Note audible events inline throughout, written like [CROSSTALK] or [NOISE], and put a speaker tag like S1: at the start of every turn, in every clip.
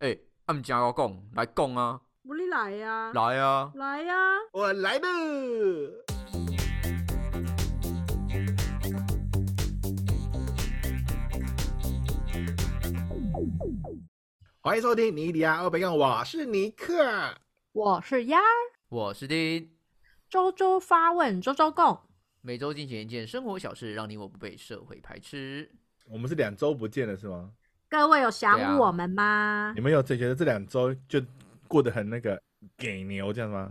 S1: 按哎家要讲来讲啊，
S2: 无你来呀、啊，
S1: 来啊！
S2: 来呀、
S3: 我来了。欢迎收听尼迪亚欧北港，我是尼克。
S4: 我是鸭儿，
S1: 我是丁，
S4: 周周发问，周周共。
S1: 每周进行一件生活小事，让你我不被社会排斥。
S3: 我们是两周不见了是吗？
S4: 各位有
S1: 对啊
S4: 想我们吗
S3: 你？们有觉得这两周就过得很那个给牛这样吗？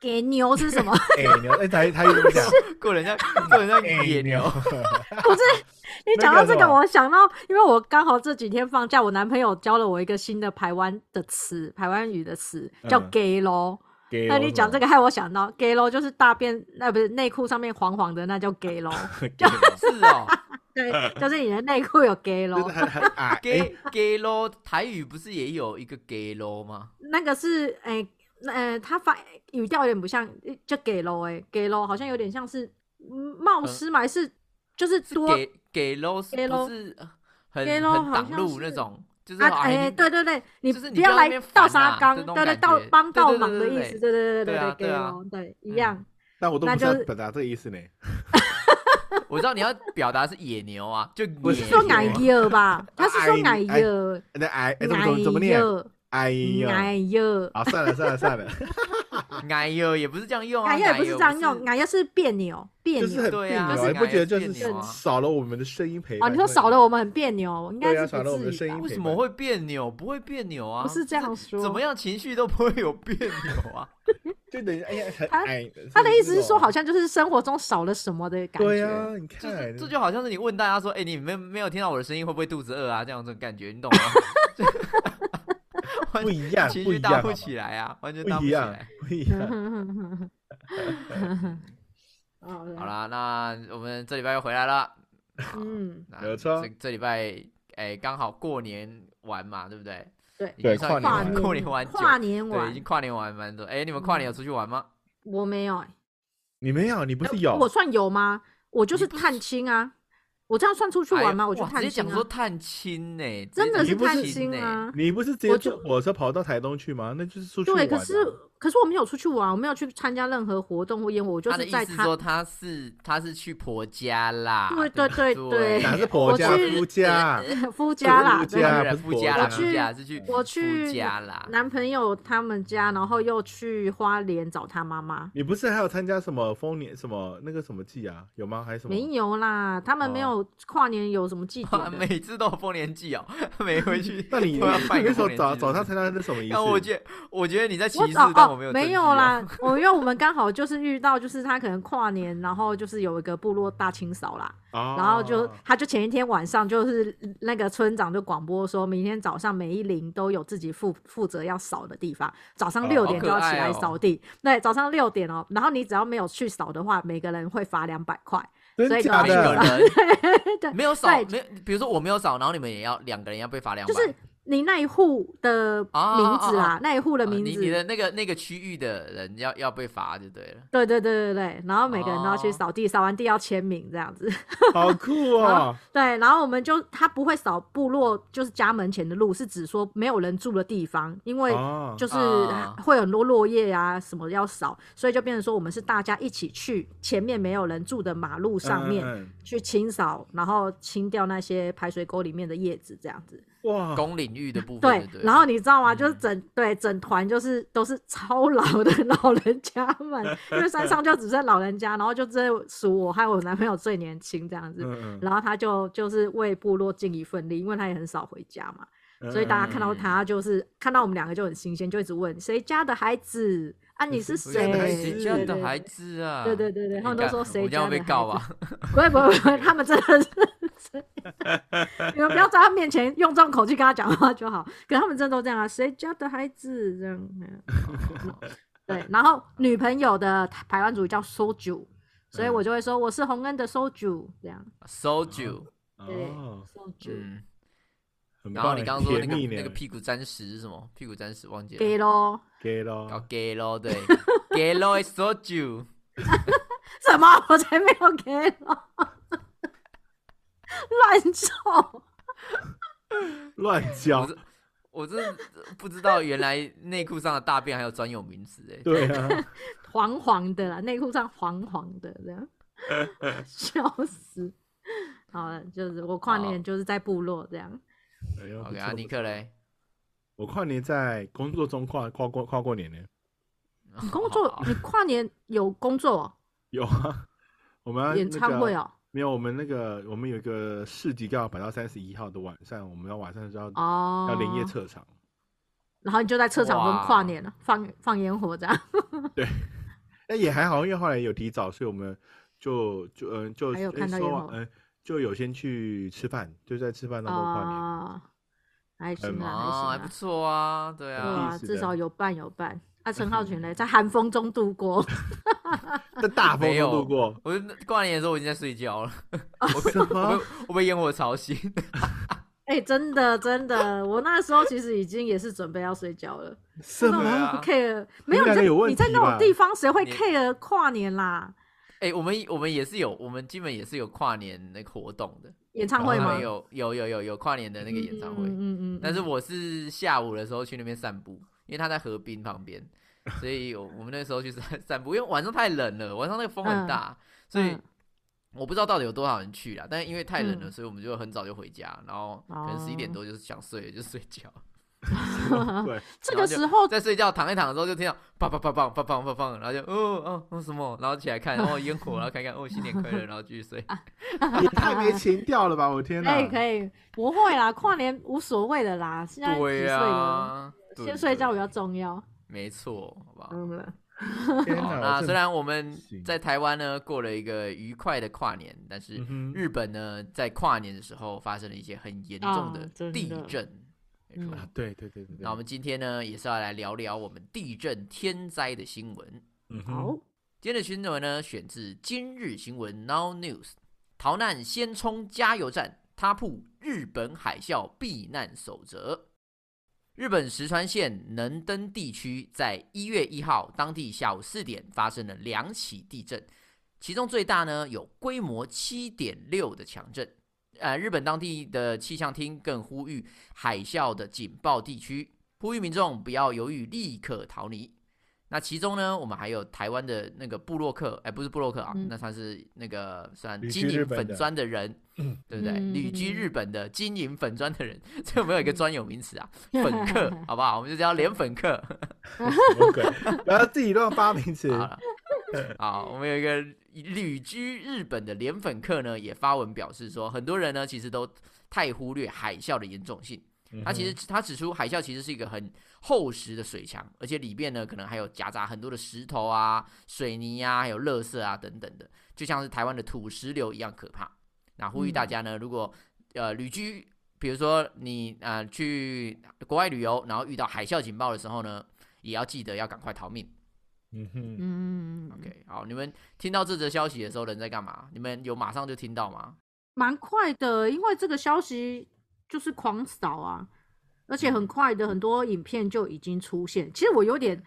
S4: 给牛是
S3: [LAUGHS]
S4: 什么？
S3: 给牛，哎、台台语怎么讲？
S1: 过人家，过人家
S3: 哎
S1: 野牛，
S4: 不
S3: [LAUGHS]
S4: 是，你讲到这个，
S3: 那个什么
S4: 我想到，因为我刚好这几天放假，我男朋友教了我一个新的台湾的词，台湾语的词叫
S3: 嗯
S4: “gay 咯”。
S3: 给
S4: 那你讲这个，害我想到 “gay 咯”就是大便，那不是内裤上面黄黄的，那叫 “gay
S3: [LAUGHS]
S4: 咯”。
S1: [LAUGHS] 是 [LAUGHS] 哦
S4: 对，就是你的内裤有 “gay 咯
S3: 就是”，很很
S4: [LAUGHS]
S3: 矮。哎
S1: ，gay gay 咯，台语不是也有一个 gay 咯吗？
S4: 那个是哎，那呃，他发语调有点不像，就 “gay 咯”哎，“gay 咯”好像有点像是嗯冒失嘛，还是就是
S1: 是
S4: 多
S1: gay gay 咯，是
S4: gay 咯
S1: 不是很
S4: gay 咯
S1: 很
S4: 好
S1: 挡
S4: 像
S1: 路
S4: 是
S1: 那种？就是
S4: 啊，
S1: 哎
S4: 哎、
S1: 你
S4: 对对对，你
S1: 就是你
S4: 要
S1: 不要在那
S4: 来
S1: 边
S4: 倒
S1: 烦
S4: 沙
S1: 啊
S4: 缸，
S1: 这种
S4: 对对，
S1: 感
S4: 倒
S1: 觉
S4: 帮
S1: 对
S4: 倒
S1: 对
S4: 忙
S1: 对
S4: 的
S1: 对
S4: 意
S1: 对
S4: 思，对对对
S1: 对啊
S4: 对，给
S1: 对啊
S4: 哦，对，一
S1: 嗯
S4: 样。
S3: 但我都不知道
S4: 那就是
S3: 表达这个意思呢。
S1: 嗯我知道你要表达是野牛啊，
S4: [LAUGHS]
S1: 就
S3: 不是
S1: 野
S4: 说
S1: 牛
S4: 矮油吧，
S1: [LAUGHS]
S4: 他是说
S3: 哎
S4: 矮
S3: 哎
S4: 油，
S3: 那矮，哎，怎么
S4: 矮
S3: 怎么怎么念？
S4: 油，
S3: 哎呀，
S4: 矮油，
S3: 好，算了算了算了，
S1: 矮哟，也不是这样用啊，
S4: 矮油也不是这样用，
S1: 矮
S4: 矮油是别扭，别
S3: 就是
S4: 扭。
S3: 很
S1: 对
S3: 别
S1: 啊
S3: 扭，
S1: 就是
S3: 你不觉得就
S1: 感觉
S3: 是
S1: 是别扭啊
S3: 少了我们的声音陪
S4: 哦，
S3: 伴？
S4: 你说少了我们很别扭，应该
S3: 对啊
S4: 是
S3: 少了我
S4: 不
S3: 们的
S4: 至
S3: 声
S4: 于
S3: 音
S4: 吧。
S1: 为什么会别扭？不会别扭啊，
S4: 不是这样说
S1: 怎么样情绪都不会有别扭
S3: [LAUGHS]
S1: 啊？
S3: 就等于哎呀，很
S4: 他
S3: 矮。
S4: 他的意思是说，好
S3: 像
S4: 像就是生活中少了什么的感
S3: 对
S4: 觉。
S3: 啊，你
S1: 就
S3: 看
S1: 是这就好像是你问大家说，哎、你没没有听到我的声音，会不会肚子饿啊？这样这种感觉，你
S3: [LAUGHS]
S1: 懂吗？完
S3: 不一样，
S1: 情
S3: 不
S1: 绪
S3: 一样，
S1: 搭
S3: 好
S1: 不
S3: 吗
S1: 起来啊，完全搭
S3: 不一
S1: 起
S3: 样
S1: 来。，
S3: 不一样。
S4: [LAUGHS] 好
S1: 好，啦，那我们这礼拜又回来了，
S4: 嗯，
S1: 那
S3: 没错
S1: 这这礼拜哎刚、好过年完嘛，对不对？
S4: 对
S1: 已经
S3: 对
S1: 算
S3: 跨年
S4: 跨
S1: 过
S3: 完
S1: 年完久，
S4: 跨年
S1: 对，已
S4: 完
S1: 经，跨年完蛮多。哎、你们跨年有出去玩吗？
S4: 我没有欸，
S3: 你没有，你不是
S4: 哎
S3: 有？
S4: 我算有吗？我就
S1: 你
S4: 是
S1: 不是
S4: 探亲啊，我这样算出去
S1: 哎
S4: 玩吗？我去
S1: 哇直
S4: 探
S1: 接
S4: 亲
S1: 讲
S4: 啊
S1: 说，探亲呢、直接
S4: 真的
S1: 讲
S4: 是
S1: 说
S4: 探
S1: 亲
S4: 亲
S1: 呢、
S4: 啊。
S3: 你不是直接
S4: 我
S3: 坐
S4: 就
S3: 火车跑到台东去吗？那就是出去玩
S4: 对，
S3: 啊。
S4: 可是可是我没有出去玩，我没有去参加任何活动或烟火，我就
S1: 他的
S4: 是
S1: 意
S4: 在
S1: 思说他是他是去婆家啦，
S4: 对
S1: 对
S4: 对
S1: 不
S4: 对
S3: 哪是
S4: 我
S3: 婆家
S4: 去
S3: 夫家？
S4: [LAUGHS] 夫家啦，
S3: 夫
S4: 对
S3: 家啊
S1: 对
S3: 不
S1: 夫
S3: 是
S1: 家
S3: 婆
S1: 啦，
S3: 家啊
S1: 夫家是去
S4: 我去
S1: 夫家啦，
S4: 男朋友他们家，然后又去花莲找他妈妈。
S3: 你不是还有参加什么丰年什么那个什么祭啊？有吗？还是什么？
S4: 没有啦，他们没有跨年有什么祭
S1: [LAUGHS] 哇
S4: 典的。
S1: 每次哦都有丰年祭哦，每回去
S3: 那你
S1: 都要拜
S3: 那
S1: 个
S3: 时
S1: 丰
S3: 候
S1: 年
S3: 早
S1: 祭
S3: 早上参加那什么仪式？
S1: 但我觉得我觉得你在歧
S4: 我
S1: 视
S4: 早，
S1: 但我
S4: 哦
S1: 没有证
S4: 没
S1: 据
S4: 有
S1: 哦，
S4: 啦，我 [LAUGHS] 因为我们刚好就是遇到，就是他可能跨年，然后就是有一个部落大清扫啦，
S3: 哦，
S4: 然后就他就前一天晚上就是那个村长就广播说，明天早上每一邻都有自己负负责要扫的地方，早
S3: 哦
S4: 上六
S3: 好
S4: 点
S1: 可
S4: 就要起
S1: 爱
S4: 来
S1: 哦
S4: 扫地。对，早上六点哦，然后你只要没有去扫的话，每个人会罚两百块。所
S3: 真
S4: 以
S3: 假
S1: 一个
S3: 的？
S1: 人
S4: [LAUGHS] 对，
S1: 没有少，
S4: 对
S1: 没有，比如说我没有少，然后你们也要两个人要被罚两百，
S4: 就是你那一户的
S1: 啊
S4: 名字
S1: 啊啊
S4: 啦，那一户的
S1: 啊
S4: 名
S1: 你你
S4: 字。
S1: 的那个那个区域的人要要被罚就对了。
S4: 对对对对对，然后每个人都要去
S1: 哦
S4: 扫地，扫完地要签名这样子。 [LAUGHS]
S3: 好酷哦！
S4: 对，然后我们就他不会扫部落，就是家门前的路，是指说没有人住的地方，因为
S3: 哦
S4: 就是
S1: 啊
S4: 会有很多落叶啊什么要扫，所以就变成说我们是大家一起去前面没有人住的马路上面、
S3: 嗯嗯
S4: 去清扫，然后清掉那些排水沟里面的叶子这样子。
S3: 嗯哇，
S1: 公领域的部分
S4: 对
S1: 就对了，
S4: 然后你知道吗？就是
S1: 嗯
S4: 整、对整团就是都是超老的老人家们，因为山上就只剩老人家，然后就只有数我和我男朋友最年轻这样子。
S3: 嗯
S4: 然后他就就是为部落尽一份力，因为他也很少回家嘛，
S3: 嗯
S4: 所以大家看到他就是看到我们两个就很新鲜，就一直问谁家的孩子啊，你是
S1: 我觉得
S3: 孩
S4: 谁？
S3: 子
S1: 谁
S4: 对
S1: 家
S4: 对
S1: 的
S4: 对
S1: 孩子啊？
S4: 对对对对，他们都
S1: 你看
S4: 说谁
S1: 我这样会
S4: 家的孩
S1: 被
S4: 子
S1: 告啊？
S4: 不会不会不会，他们真的是， [LAUGHS] 你们不要在他面前用这种口气跟他讲话就好。可是他们真的都这样啊，谁家的孩子这样。嗯对，
S3: 嗯
S4: 然后女朋友的台湾主语叫 soju，所
S3: 嗯
S4: 以我就会说我是洪恩的 soju 这样。
S1: [LAUGHS] soju，
S4: 对
S3: 哦，
S4: soju
S1: 嗯，
S3: 很
S1: 然后
S3: 棒
S1: 你
S3: 哎
S1: 刚刚说那
S3: 甜蜜
S1: 个
S3: 呢
S1: 那个屁股沾屎是什么？屁股沾屎忘记
S4: 给
S1: 了，
S4: 咯，
S3: 给
S1: 搞
S3: 咯，
S1: gay 咯，对，gay 咯 is soju，
S4: 什么？ [LAUGHS] 我才没有给咯， [LAUGHS] 乱叫。
S3: 乱
S1: 我
S3: 教
S1: 是我真的不知道原来内裤上的大便还有专有名词哎、
S3: 对
S1: [LAUGHS]
S3: 啊，
S4: 黄黄的啦，内裤上黄黄的
S3: [LAUGHS]
S4: 这样，,笑死。好了，就是我跨
S1: 好
S4: 年就是在部落这样，
S3: 哎呦
S1: OK
S3: 不
S1: 啊，
S3: 错
S1: 尼克嘞，
S3: 我跨年在工作中跨跨过跨过年呢， [LAUGHS]
S4: 你工作你跨年有工作、哦
S3: 有啊，我们要
S4: 演
S3: 那
S4: 唱
S3: 个
S4: 会哦、
S3: 没有，我们那个我们有一个市集刚好摆到三十一号的晚上，我们要晚上就要、
S4: 哦，
S3: 要连夜撤场。
S4: 然后你就在车场
S1: 哇
S4: 中跨年了，放放烟火这样，
S3: 那哎也还好，因为后来有提早，所以我们就就嗯、就
S4: 还有看到
S3: 说
S4: 烟
S3: 完
S4: 火
S3: 嗯、就有先去吃饭，就在吃饭当中跨年。
S4: 哦，还行
S3: 嗯
S1: 哦，还
S4: 啊，还
S1: 不
S4: 行
S1: 错啊，对
S4: 啊，
S3: 错
S1: 啊，
S3: 意
S4: 哇，
S3: 思
S4: 至
S3: 的
S4: 少有伴有伴。啊，陈浩
S1: [LAUGHS]
S4: 群嘞，在寒风中度过，
S3: 在大风
S1: 没有
S3: 中度过，
S1: 我过年的时候我已经在睡觉了，
S3: 什么
S1: 我？我被烟火吵醒。 [LAUGHS]
S4: 哎、真的真的，我那时候其实已经也是准备要睡觉了，
S3: 什
S4: 那我
S1: 对
S3: 么？
S1: 啊
S4: 不 care，没有
S3: 你们两个有问
S4: 你在
S3: 题
S4: 那种
S3: 吧
S4: 地方谁会
S1: 你
S4: care 跨年啦？
S1: 哎、我们我们也是有，我们基本也是有跨年那个活动的，
S4: 演唱
S1: 我
S4: 会
S3: 然后
S4: 吗
S1: 哦们？有有有有有跨年的那个演唱会，
S4: 嗯嗯
S1: 但是我是下午的时候去那边散步，因为他在河滨旁边，所以我我们那时候去散 [LAUGHS] 散步，因为晚上太冷了，晚上那个风很大，所以
S4: 嗯
S1: 我不知道到底有多少人去啦。但是因为太冷了，
S4: 嗯
S1: 所以我们就很早就回家，然后可能
S4: 哦
S1: 十一点多就是想睡了就睡觉， [LAUGHS]
S3: 对，
S1: 然后
S4: 这
S1: 就
S4: 个时候
S1: 在睡觉躺一躺的时候就听到砰砰砰砰砰砰砰砰，然后就哦哦哦什么，然后起来看哦烟火，然后看看哦新年快乐，然后继续睡。
S4: 啊
S3: 也太没情调了吧！我天哪！
S4: 可哎以可以，不会啦，跨年无所谓的啦，现在几啊岁
S1: 对呀、
S4: 了，
S1: 对
S4: 先睡觉
S1: 对
S4: 比较重要。
S1: 没错，好不好？
S4: 嗯了，
S3: 天
S1: 好，
S3: 哪！
S1: 哦那
S3: 我真
S1: 虽然我们
S3: 行
S1: 在台湾呢过了一个愉快的跨年，但是
S3: 嗯哼
S1: 日本呢在跨年的时候发生了一些很严重
S4: 啊真的
S1: 地震。没错
S4: 嗯
S3: 啊，对对对对对，
S1: 那我们今天呢也是要来聊聊我们地震天灾的新闻。
S3: 嗯哼
S4: 好，
S1: 今天的新闻呢选自《今日新闻 Now News》，逃难先冲加油站，他铺日本海啸避难守则。日本石川县能登地区在一月一号当地下午四点发生了两起地震，其中最大呢有规模七点六的强震。呃，日本当地的气象厅更呼吁海啸的警报地区，呼吁民众不要犹豫，立刻逃离。那其中呢，我们还有台湾的那个布洛克，哎、不是布洛克啊，
S4: 嗯
S1: 那他是那个算
S3: 旅居
S1: 经
S3: 日
S1: 营
S3: 本
S1: 粉
S3: 的
S1: 砖的人，对不对？
S4: 嗯
S1: 旅居
S4: 嗯
S1: 日本的经营粉砖的人，这有没有一个专有名词啊？
S4: 嗯
S1: 粉客，好不好？我们就叫连粉
S3: [LAUGHS]
S1: 客。
S3: 什么鬼？不要自己乱发名词
S1: 好。了，好，我们有一个旅居日本的连粉客呢，也发文表示说，很多人呢其实都太忽略海啸的严重性。
S3: 嗯哼
S1: 他其实他指出，海啸其实是一个很厚实的水墙，而且里面呢可能还有夹杂很多的石头啊、水泥啊、还有垃圾啊等等的，就像是台湾的土石流一样可怕。那呼吁
S4: 嗯
S1: 大家呢，如果呃旅居，比如说你呃去国外旅游，然后遇到海啸警报的时候呢，也要记得要赶快逃命。
S3: 嗯
S4: [LAUGHS]
S3: 哼，
S4: 嗯
S1: OK，好，你们听到这则消息的时候，人在干嘛？你们有马上就听到吗？
S4: 蛮快的，因为这个消息就是狂扫啊，而且
S1: 嗯
S4: 很快的很多影片就已经出现。其实我有点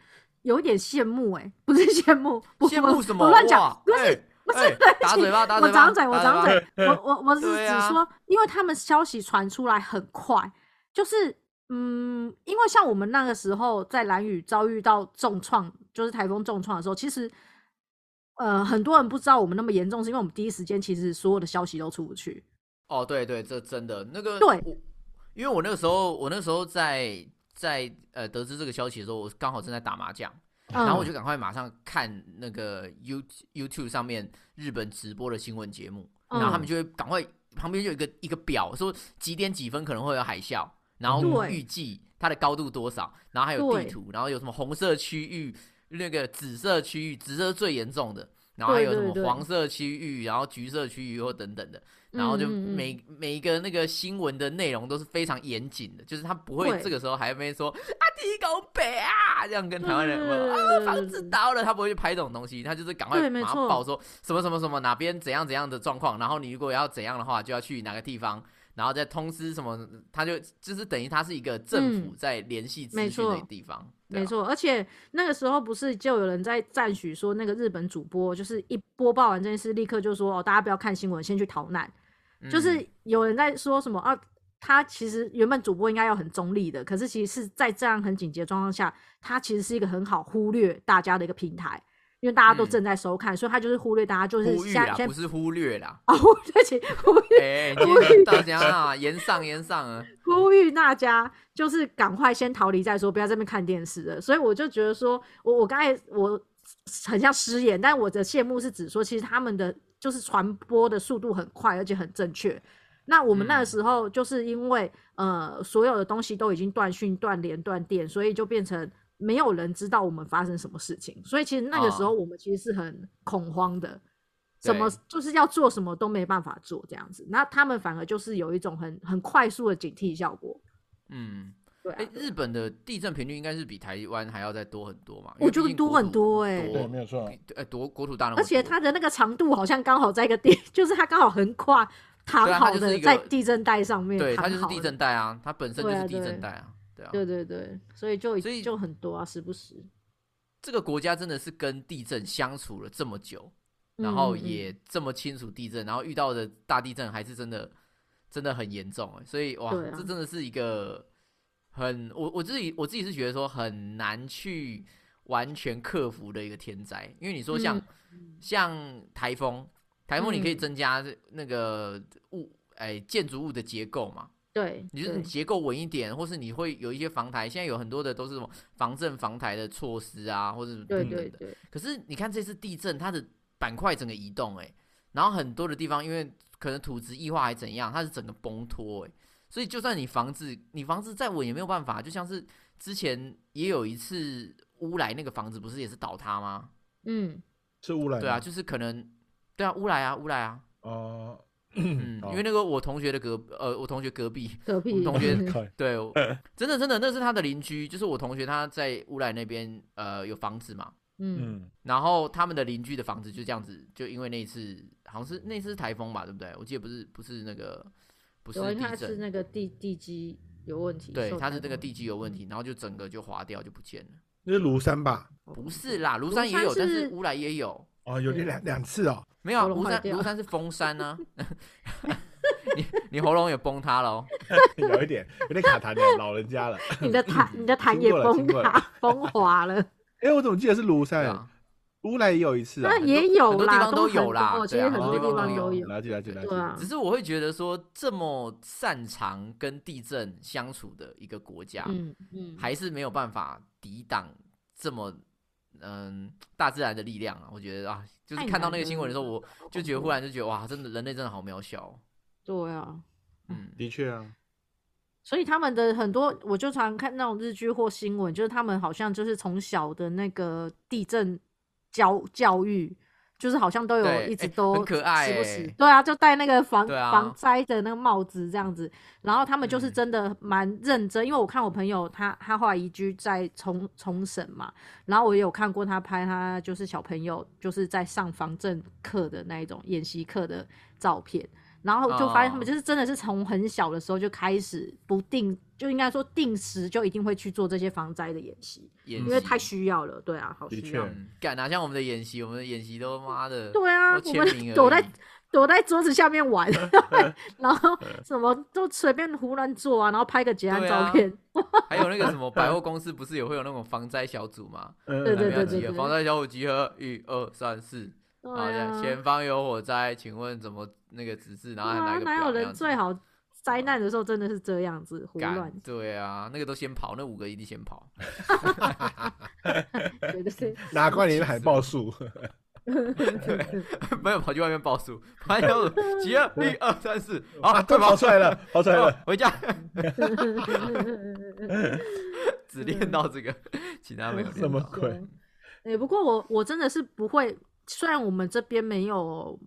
S4: 有点羡慕、欸，哎，不是羡慕，我
S1: 羡慕什么？
S4: 我乱讲，
S1: 哇
S4: 不是、
S1: 哎
S4: 不是、
S1: 哎
S4: 对不
S1: 打
S4: 起
S1: 嘴巴，打
S4: 我
S1: 嘴巴，
S4: 掌嘴，我
S1: 打
S4: 掌
S1: 巴。
S4: 嘴，
S1: [LAUGHS]
S4: 我我我是
S1: 对
S4: 只
S1: 啊
S4: 说，因为他们消息传出来很快，就是嗯，因为像我们那个时候在蓝雨遭遇到重创，就是台风重创的时候，其实呃很多人不知道我们那么严重，是因为我们第一时间其实所有的消息都出不去。
S1: 哦，对对，这真的那个
S4: 对
S1: 我因为我那个时候，我那个时候在在呃得知这个消息的时候，我刚好正在打麻将，
S4: 嗯、
S1: 然后我就赶快马上看那个 You YouTube 上面日本直播的新闻节目，
S4: 嗯
S1: 然后他们就会赶快旁边就有一个一个表，说几点几分可能会有海啸，然后
S4: 对
S1: 预计它的高度多少，然后还有地
S4: 对
S1: 图，然后有什么红色区域、那个紫色区域，紫色最严重的，然后还有
S4: 对
S1: 什
S4: 对
S1: 么
S4: 对
S1: 黄色区域，然后橘色区域或等等的，然后就
S4: 嗯嗯嗯
S1: 每、每一个那个新闻的内容都是非常严谨的，就是他不会
S4: 对
S1: 这个时候还没说啊地沟北啊这样跟台湾人问
S4: 对
S1: 啊
S4: 对对对
S1: 房子倒了，他不会去拍这种东西，他就是赶快
S4: 对没
S1: 马上
S4: 错
S1: 报说什么什么什么哪边怎样怎样的状况，然后你如果要怎样的话，就要去哪个地方，然后再通知什么，他就就是等于他是一个政府在联系资
S4: 没
S1: 讯的
S4: 错
S1: 地方，对啊
S4: 嗯没，错，而且那个时候不是就有人在赞许说，那个日本主播就是一播报
S1: 嗯
S4: 完这件事，立刻就说哦，大家不要看新闻，先去逃难。就是有人在说什么啊，他其实原本主播应该要很中立的，可是其实是在这样很紧急的状况下，他其实是一个很好忽略大家的一个平台，因为大家都
S1: 嗯
S4: 正在收看，所以他就是忽略大家，就是
S1: 呼吁
S4: 现在
S1: 啦，
S4: 先。
S1: 不是忽略啦
S4: [LAUGHS] 哦，对不起，忽略
S1: 哎、今天大家啊，言上言上啊，
S4: 呼吁大家就是赶快先逃离再说，不要在那边看电视了。所以我就觉得说，我我刚才我很像失言，但我的羡慕是指说，其实他们的就是传播的速度很快，而且很正确。那我们那个
S1: 嗯
S4: 时候就是因为、呃，所有的东西都已经断讯、断联、断电，所以就变成没有人知道我们发生什么事情。所以其实那个时候
S1: 哦
S4: 我们其实是很恐慌的。什
S1: 对
S4: 么就是要做什么都没办法做这样子，那他们反而就是有一种很很快速的警惕效果。
S1: 嗯，
S4: 对、啊 [LAUGHS]
S1: 哎、日本的地震频率应该是比台湾还要再多很多嘛？
S4: 我觉得多很多
S1: 哎、
S4: 欸
S3: 对，没有错啊。
S1: 呃，多国土大那么多，
S4: 而且它的那个长度好像刚好在一个地， [LAUGHS] 就是它刚好横跨躺
S1: 对啊它
S4: 好
S1: 就是
S4: 的
S1: 一个
S4: 在地震带上面，
S1: 对，它
S4: 躺
S1: 就是
S4: 好
S1: 地
S4: 的
S1: 震带啊，它本身就
S4: 对啊
S1: 是地
S4: 对
S1: 震带啊，对啊，
S4: 对对对，所以就
S1: 所以
S4: 就很多啊，时不时。
S1: 这个国家真的是跟地震相处了这么久，然后
S4: 嗯嗯嗯
S1: 也这么清楚地震，然后遇到的大地震还是真的真的很严重欸，所以哇，
S4: 对啊
S1: 这真的是一个很我我自己我自己是觉得说很难去完全克服的一个天灾，因为你说像、像台风，台风你可以
S4: 嗯
S1: 增加那个物哎、建筑物的结构嘛，
S4: 对，
S1: 你就是
S4: 对
S1: 你结构稳一点，或是你会有一些防台，现在有很多的都是什么防震防台的措施啊，或者等
S4: 对
S1: 等的。
S4: 对对，
S1: 可是你看这次地震，它的板块整个移动、欸，然后很多的地方因为可能土质异化还怎样，它是整个崩脱、欸，所以就算你房子你房子再稳也没有办法，就像是之前也有一次乌来那个房子不是也是倒塌吗？
S4: 嗯，
S3: 是乌来
S1: 对啊，
S3: 吗，
S1: 就是可能对啊乌来啊乌来啊，
S3: 哦，
S1: 嗯，
S3: 好
S1: 因为那个我同学的隔呃我同学隔壁。
S4: 隔壁
S1: 同学
S3: 靠
S1: 对，我真的真的，那是他的邻居，就是我同学，他在乌来那边呃有房子嘛，
S4: 嗯，
S3: 嗯，
S1: 然后他们的邻居的房子就这样子，就因为那一次好像是那次是台风吧，对不对？我记得不是不是那个不是
S4: 有人
S1: 地
S4: 他是
S1: 震，
S4: 那个地地基有问题，
S1: 对，
S4: 受
S1: 它
S4: 灾嗯
S1: 是这个
S4: 的
S1: 地基有问题，然后就整个就滑掉就不见了。
S3: 那是庐山吧？
S1: 不是啦，庐
S4: 哦庐
S1: 山也
S4: 山
S1: 有，但是
S4: 是
S1: 乌来也有，
S3: 哦，有
S4: 对
S3: 两两次哦，
S1: 没有啊
S4: 喉咙
S1: 庐
S4: 坏
S1: 山
S4: 掉
S1: 庐山是封山呢、啊。 [LAUGHS] 你你喉咙也崩塌了哦，
S3: 有一点有点卡痰的老人家了。
S4: 你
S1: [LAUGHS]
S4: 的痰你的痰
S3: 听
S4: 也
S3: 过了
S4: 崩
S3: 听过了 [LAUGHS]
S4: 塌崩滑了，
S3: 哎，我怎么记得是庐
S1: 对
S3: 山？
S1: 啊，
S3: 乌来也有一次啊
S4: 那。也
S1: 多很
S4: 有
S1: 多地
S4: 啦，
S1: 方都有
S4: 很
S1: 啦
S4: 多其
S1: 对
S4: 实
S1: 啊
S4: 很
S1: 很多
S4: 多
S1: 地
S4: 地
S1: 方
S4: 方
S1: 都
S4: 都
S1: 有
S4: 有，
S3: 了解了解了
S4: 对
S3: 解。
S4: 啊
S1: 只，是我会觉得说，这么擅长跟地震相处的一个国家，
S4: 嗯嗯，
S1: 啊还是没有办法抵挡这么嗯大自然的力量啊！我觉得啊，就是
S4: 太
S1: 看到
S4: 难
S1: 那个
S4: 了
S1: 新闻的时候，我
S4: 好
S1: 就
S4: 恐
S1: 觉得
S4: 怖
S1: 忽然就觉得哇，真的人类真的好渺小、哦。
S4: 嗯对啊，
S1: 嗯，
S3: 的确啊，
S4: 所以他们的很多，我就常看那种日剧或新闻，就是他们好像就是从小的那个地震教教育，就是好像都有
S1: 对
S4: 一
S1: 诶
S4: 直都
S1: 很可爱
S4: 时不
S1: 欸
S4: 时对啊，就戴那个防、
S1: 对啊
S4: 防灾的那个帽子这样子。然后他们就是
S1: 嗯
S4: 真的蛮认真，因为我看我朋友他他后来移居在冲冲绳嘛，然后我也有看过他拍他就是小朋友就是在上防震课的那一种演习课的照片。然后就发现
S1: 哦
S4: 他们就是真的是从很小的时候就开始不定，就应该说定时就一定会去做这些防灾的演习，
S1: 演
S4: 因
S1: 习
S4: 为太需要了。对啊，好
S3: 的
S4: 需要
S3: 确。
S1: 嗯敢哪、像我们的演习，我们的演习都妈的
S4: 对啊，
S1: 都签
S4: 我
S1: 名而
S4: 们
S1: 已
S4: 躲在躲在桌子下面玩，
S1: [LAUGHS]
S4: 然后什么都随便胡乱做啊，然后拍个结案
S1: 嗯对啊
S4: 照片。
S1: 还有那个什么百货公司，不是也会有那种防灾小组吗？
S3: 嗯
S4: 对对
S1: 还没有
S4: 对
S1: 集合，防灾小组集合，一二三四，
S4: 对
S1: 然后这样
S4: 啊，
S1: 前方有火灾，请问怎么那个指示？然后还
S4: 对
S1: 拿
S4: 啊
S1: 一个
S4: 哪
S1: 表
S4: 有
S1: 那
S4: 人
S1: 样子
S4: 最好灾难的时候真的是这样子胡
S1: 干
S4: 乱，
S1: 对啊，那个都先跑，那五个一定先跑。
S4: 觉
S1: [LAUGHS]
S4: 得是
S3: 哪怪你喊报数，
S1: [LAUGHS] 没有跑去外面报数，跑去报数，集合一二三四，好，
S3: [LAUGHS]
S1: 快
S3: 啊，都
S1: 跑
S3: 跑出来了，跑出来了。
S1: 哦
S3: [LAUGHS]
S1: 回家。只练到这个，其他没有
S3: 什
S1: 练
S3: 么
S1: 到。
S3: 鬼？
S4: 对，不过我我真的是不会，虽然我们这边没有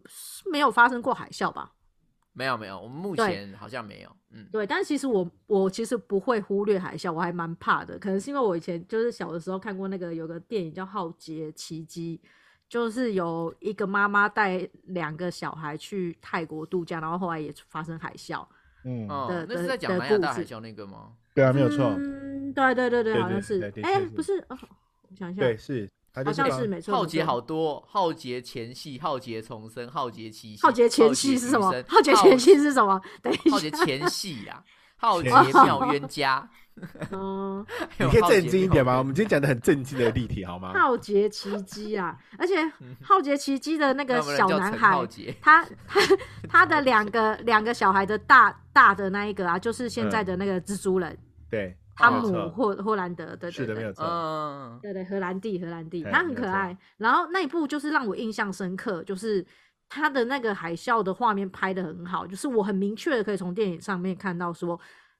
S4: 没有发生过海啸吧，
S1: 没有没有，我们目
S4: 对
S1: 前好像没有。嗯，
S4: 对，但其实我我其实不会忽略海啸，我还蛮怕的，可能是因为我以前就是小的时候看过那个有个电影叫《浩劫奇迹》。就是有一个妈妈带两个小孩去泰国度假，然后后来也发生海啸。
S3: 嗯，
S1: 哦
S4: 的，
S1: 那是在
S4: 的
S1: 讲
S4: 的
S1: 南亚大
S4: 故
S1: 海
S4: 事
S1: 啸那个吗？
S3: 对啊，没有错，
S4: 嗯，对对对对，
S3: 对
S4: 好
S3: 对
S4: 像是
S3: 对的。确
S4: 哎、
S3: 是
S4: 不是哦，我想一下，
S3: 对，是，他
S4: 好
S3: 就是
S4: 像
S3: 把
S4: 是没错。
S1: 浩
S4: 没
S1: 劫
S4: 错
S1: 好多，浩劫前戏，浩劫重生，浩劫七夕，
S4: 浩劫前戏是什么
S1: 浩劫余？生
S4: 浩劫前，戏是什么？等一
S1: 浩劫
S4: 下， [LAUGHS]
S1: 前戏啊，浩劫
S3: 前世
S1: 妙冤家，
S4: 嗯，
S1: 还有
S3: [LAUGHS] 你可以
S1: 浩劫
S3: 正经一点吗？
S1: 妙
S3: 我们今天讲的很正经的例题好吗？
S4: 浩劫奇迹啊！而且浩劫奇迹的那
S1: 冤
S4: 个
S1: 家？嗯那
S4: 小男孩
S1: 浩，劫，
S3: [LAUGHS]
S4: 他他他的两个两个小孩的大大的那一个啊，就是现在的那个蜘蛛人
S3: 对，
S4: 汤
S3: 嗯哦没有
S4: 姆呃
S3: 错
S4: 霍霍兰德，对
S3: 是
S4: 对
S3: 的，没
S4: 对。
S3: 有错。
S1: 嗯，
S4: 对对，荷兰弟，荷兰弟，
S3: 对
S4: 他很
S3: 没有
S4: 可
S3: 错
S4: 爱。然后那一部就是让我印象深刻，就是他的那个海啸的画面拍的很好，就是我很明确的可以从电影上面看到说，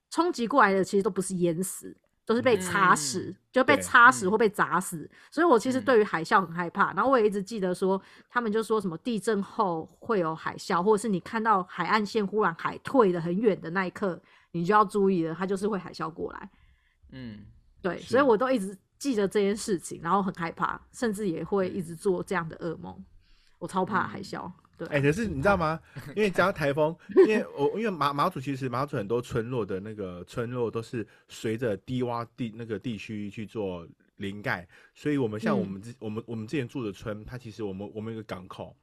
S4: 冲击过来的其实都不是淹死，都是被擦死，就被
S3: 嗯对
S4: 擦死
S1: 嗯
S4: 或被砸死。所以我其实
S1: 嗯
S4: 对于海啸很害怕。然后我也一直记得说，他们就说什么地震后会有海啸，或者是你看到海岸线忽然海退的很远的那一刻，你就要注意了，它就是会海啸过来。
S1: 嗯，
S4: 对，
S3: 是
S4: 所以我都一直记着这件事情，然后很害怕，甚至也会一
S3: 嗯
S4: 直做这样的噩梦。我超怕海啸，对，
S3: 哎、可是你知道吗？因为讲到台风，因为我因为马马祖其实马祖很多村落的那个村落都是随着低洼地那个地区去做临盖，所以我们
S4: 嗯
S3: 像我们之、我们我们之前住的村，它其实我们我们有一个港口，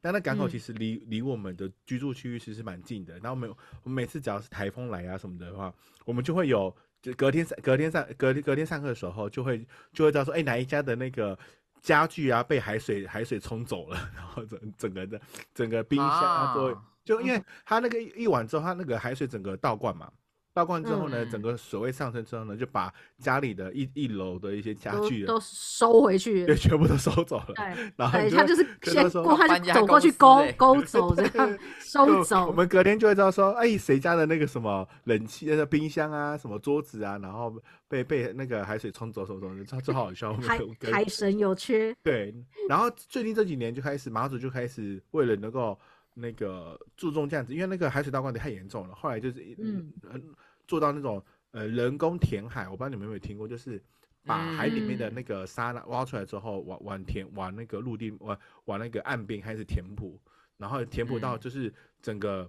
S3: 但那港口
S4: 嗯
S3: 其实离离、我们的居住区域其实蛮近的。然后我们有我们每次只要是台风来啊什么的话，我们就会有就隔天上隔天上隔隔天上课的时候就会就会知道说，哎、哪一家的那个家具啊被海水海水冲走了， [LAUGHS] 然后整整个的整个冰箱啊都会
S1: 啊
S3: 就
S4: 嗯
S3: 因为它那个一一晚之后，它那个海水整个倒灌嘛。倒灌之后呢，
S1: 嗯
S3: 整个水位上升之后呢，就把家里的一一楼的一些家
S4: 都
S3: 具
S4: 都收回去了。
S3: 对全部都收走 [LAUGHS] 了。
S4: 对，
S3: 然后
S4: 对
S3: 你
S4: 他就
S3: 就
S4: 是
S3: 就
S4: 先
S3: 是说
S4: 过，他
S1: 搬
S4: 就
S1: 家
S4: 走过去
S1: 公
S4: 勾
S1: 司嘞
S4: 勾走，这
S3: [LAUGHS]
S4: 样收
S3: 就我
S4: 走。
S3: 们隔天就会知道说，哎，谁家的那个什么冷气、那个冰箱啊、什么桌子啊，然后被被那个海水冲走什么什么的，超超好笑。我们
S4: 海
S3: 隔隔
S4: 海神有
S3: [LAUGHS]
S4: 缺，
S3: 对，然后最近这几年就开始马祖就开始为了能够那个注重这样子，因为那个海水倒灌的太严重了，后来就是
S4: 嗯
S3: 嗯、呃做到那种呃人工填海，我不知道你们有没有听过，就是把海里面的
S1: 嗯
S3: 那个沙拉挖出来之后，往往填往那个陆地往往那个岸边开始填补，然后填补到
S1: 嗯
S3: 就是整个。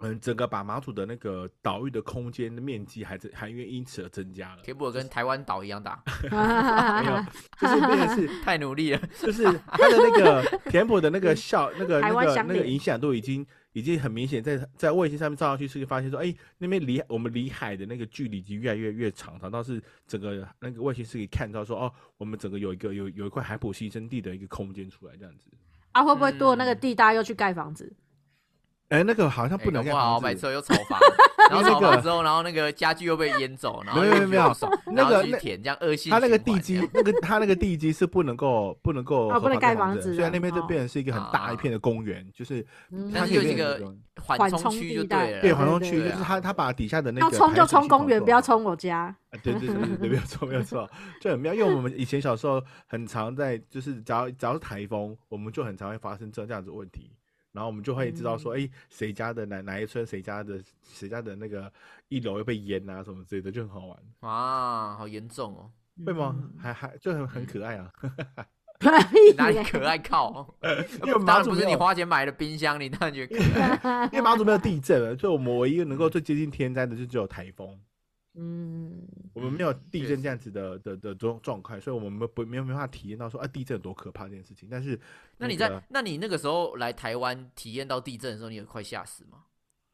S3: 嗯，整个把马祖的那个岛屿的空间的面积还是还因为因此而增加了，
S1: 铁布尔跟台湾岛一样大，
S3: 没有，就是变成是
S1: [LAUGHS] 太努力了，
S3: 就是它的那个填补的那个效，那个
S4: 嗯台
S3: 那
S4: 湾
S3: 个
S4: 乡
S3: 那个
S4: 里
S3: 影响度已经已经很明显，在在卫星上面照上去是发现说，哎、那边离我们离海的那个距离已经越来越越长，长到是整个那个卫星是可以看到说，哦，我们整个有一个有有一块海普西生地的一个空间出来这样子。
S4: [LAUGHS] 啊，会不会剁那个
S1: 嗯
S4: 地大又去盖房子？
S3: 哎、那个好像不能
S1: 哎
S3: 盖
S1: 搞不好
S3: 房
S1: 买
S3: 子，
S1: 车又炒
S3: [LAUGHS]
S1: 房，然后炒房之后，然后那个家具又被淹走，然后
S3: 没有没有没有
S1: 又爽
S3: 那个
S1: 然后去
S3: 那
S1: 填，这样恶性循
S3: 它
S1: 环
S3: 那
S1: 这样。
S3: 个地基，那个它那个地基是不能够不能够
S4: 哦
S3: 合
S4: 不能
S3: 法
S4: 盖
S3: 房
S4: 房
S3: 的
S4: 子
S3: 所
S4: 的
S3: 以那边就
S4: 哦
S3: 变成是一个很大一
S1: 啊
S3: 片的公园，就是
S4: 嗯
S3: 它
S1: 但
S3: 可
S1: 是
S3: 以
S1: 就是一
S3: 变成
S1: 个
S3: 公园
S1: 缓
S4: 缓
S1: 冲
S4: 冲
S1: 区
S4: 地
S1: 就
S4: 带
S1: 了，
S3: 对，
S4: 对
S3: 环中
S4: 对
S3: 区就
S1: 对
S3: 是
S1: 啊
S3: 他，他把底下的那
S4: 要
S3: 个
S4: 冲
S3: 海
S4: 就
S3: 水
S4: 冲
S3: 系
S4: 公
S3: 统
S4: 园，
S3: 做
S4: 不要
S3: 好
S4: 冲我家。
S3: 啊 [LAUGHS] 对对对对对，没有错没有错，就很妙。因为我们以前小时候很常在，就是只要只要是台风，我们就很常会发生这这样子的问题。然后我们就会知道
S1: 嗯
S3: 说，哎、谁家的哪哪一村，谁家的谁家的那个一楼又被淹啊什么之类的，就很好玩，
S1: 啊，好严重
S3: [LAUGHS]
S1: 哦，
S3: 会吗
S4: 嗯？？
S3: 还还就很很可爱啊。
S1: [LAUGHS] 哪
S4: 可以 [LAUGHS]
S1: 里
S4: 耶？
S1: 可爱靠？哦
S3: [LAUGHS] 因为
S1: 当
S3: 马
S1: 然
S3: 祖
S1: 不
S3: 没
S1: 是
S3: 有，
S1: 你花钱买的冰箱，你当然觉得可
S3: [LAUGHS]
S1: 爱。
S3: 因为马祖没有地震了，所以我们唯一能够最接近天灾的就只有台风。
S4: 嗯，
S3: 我们没有地
S1: 确
S3: 震这样子的的的状状况，所以我们没不没有没办法体验到说啊地震有多可怕这件事情。但是
S1: 那你
S3: 个
S1: 在，那你那个时候来台湾体验到地震的时候，你有快吓死吗？ [LAUGHS]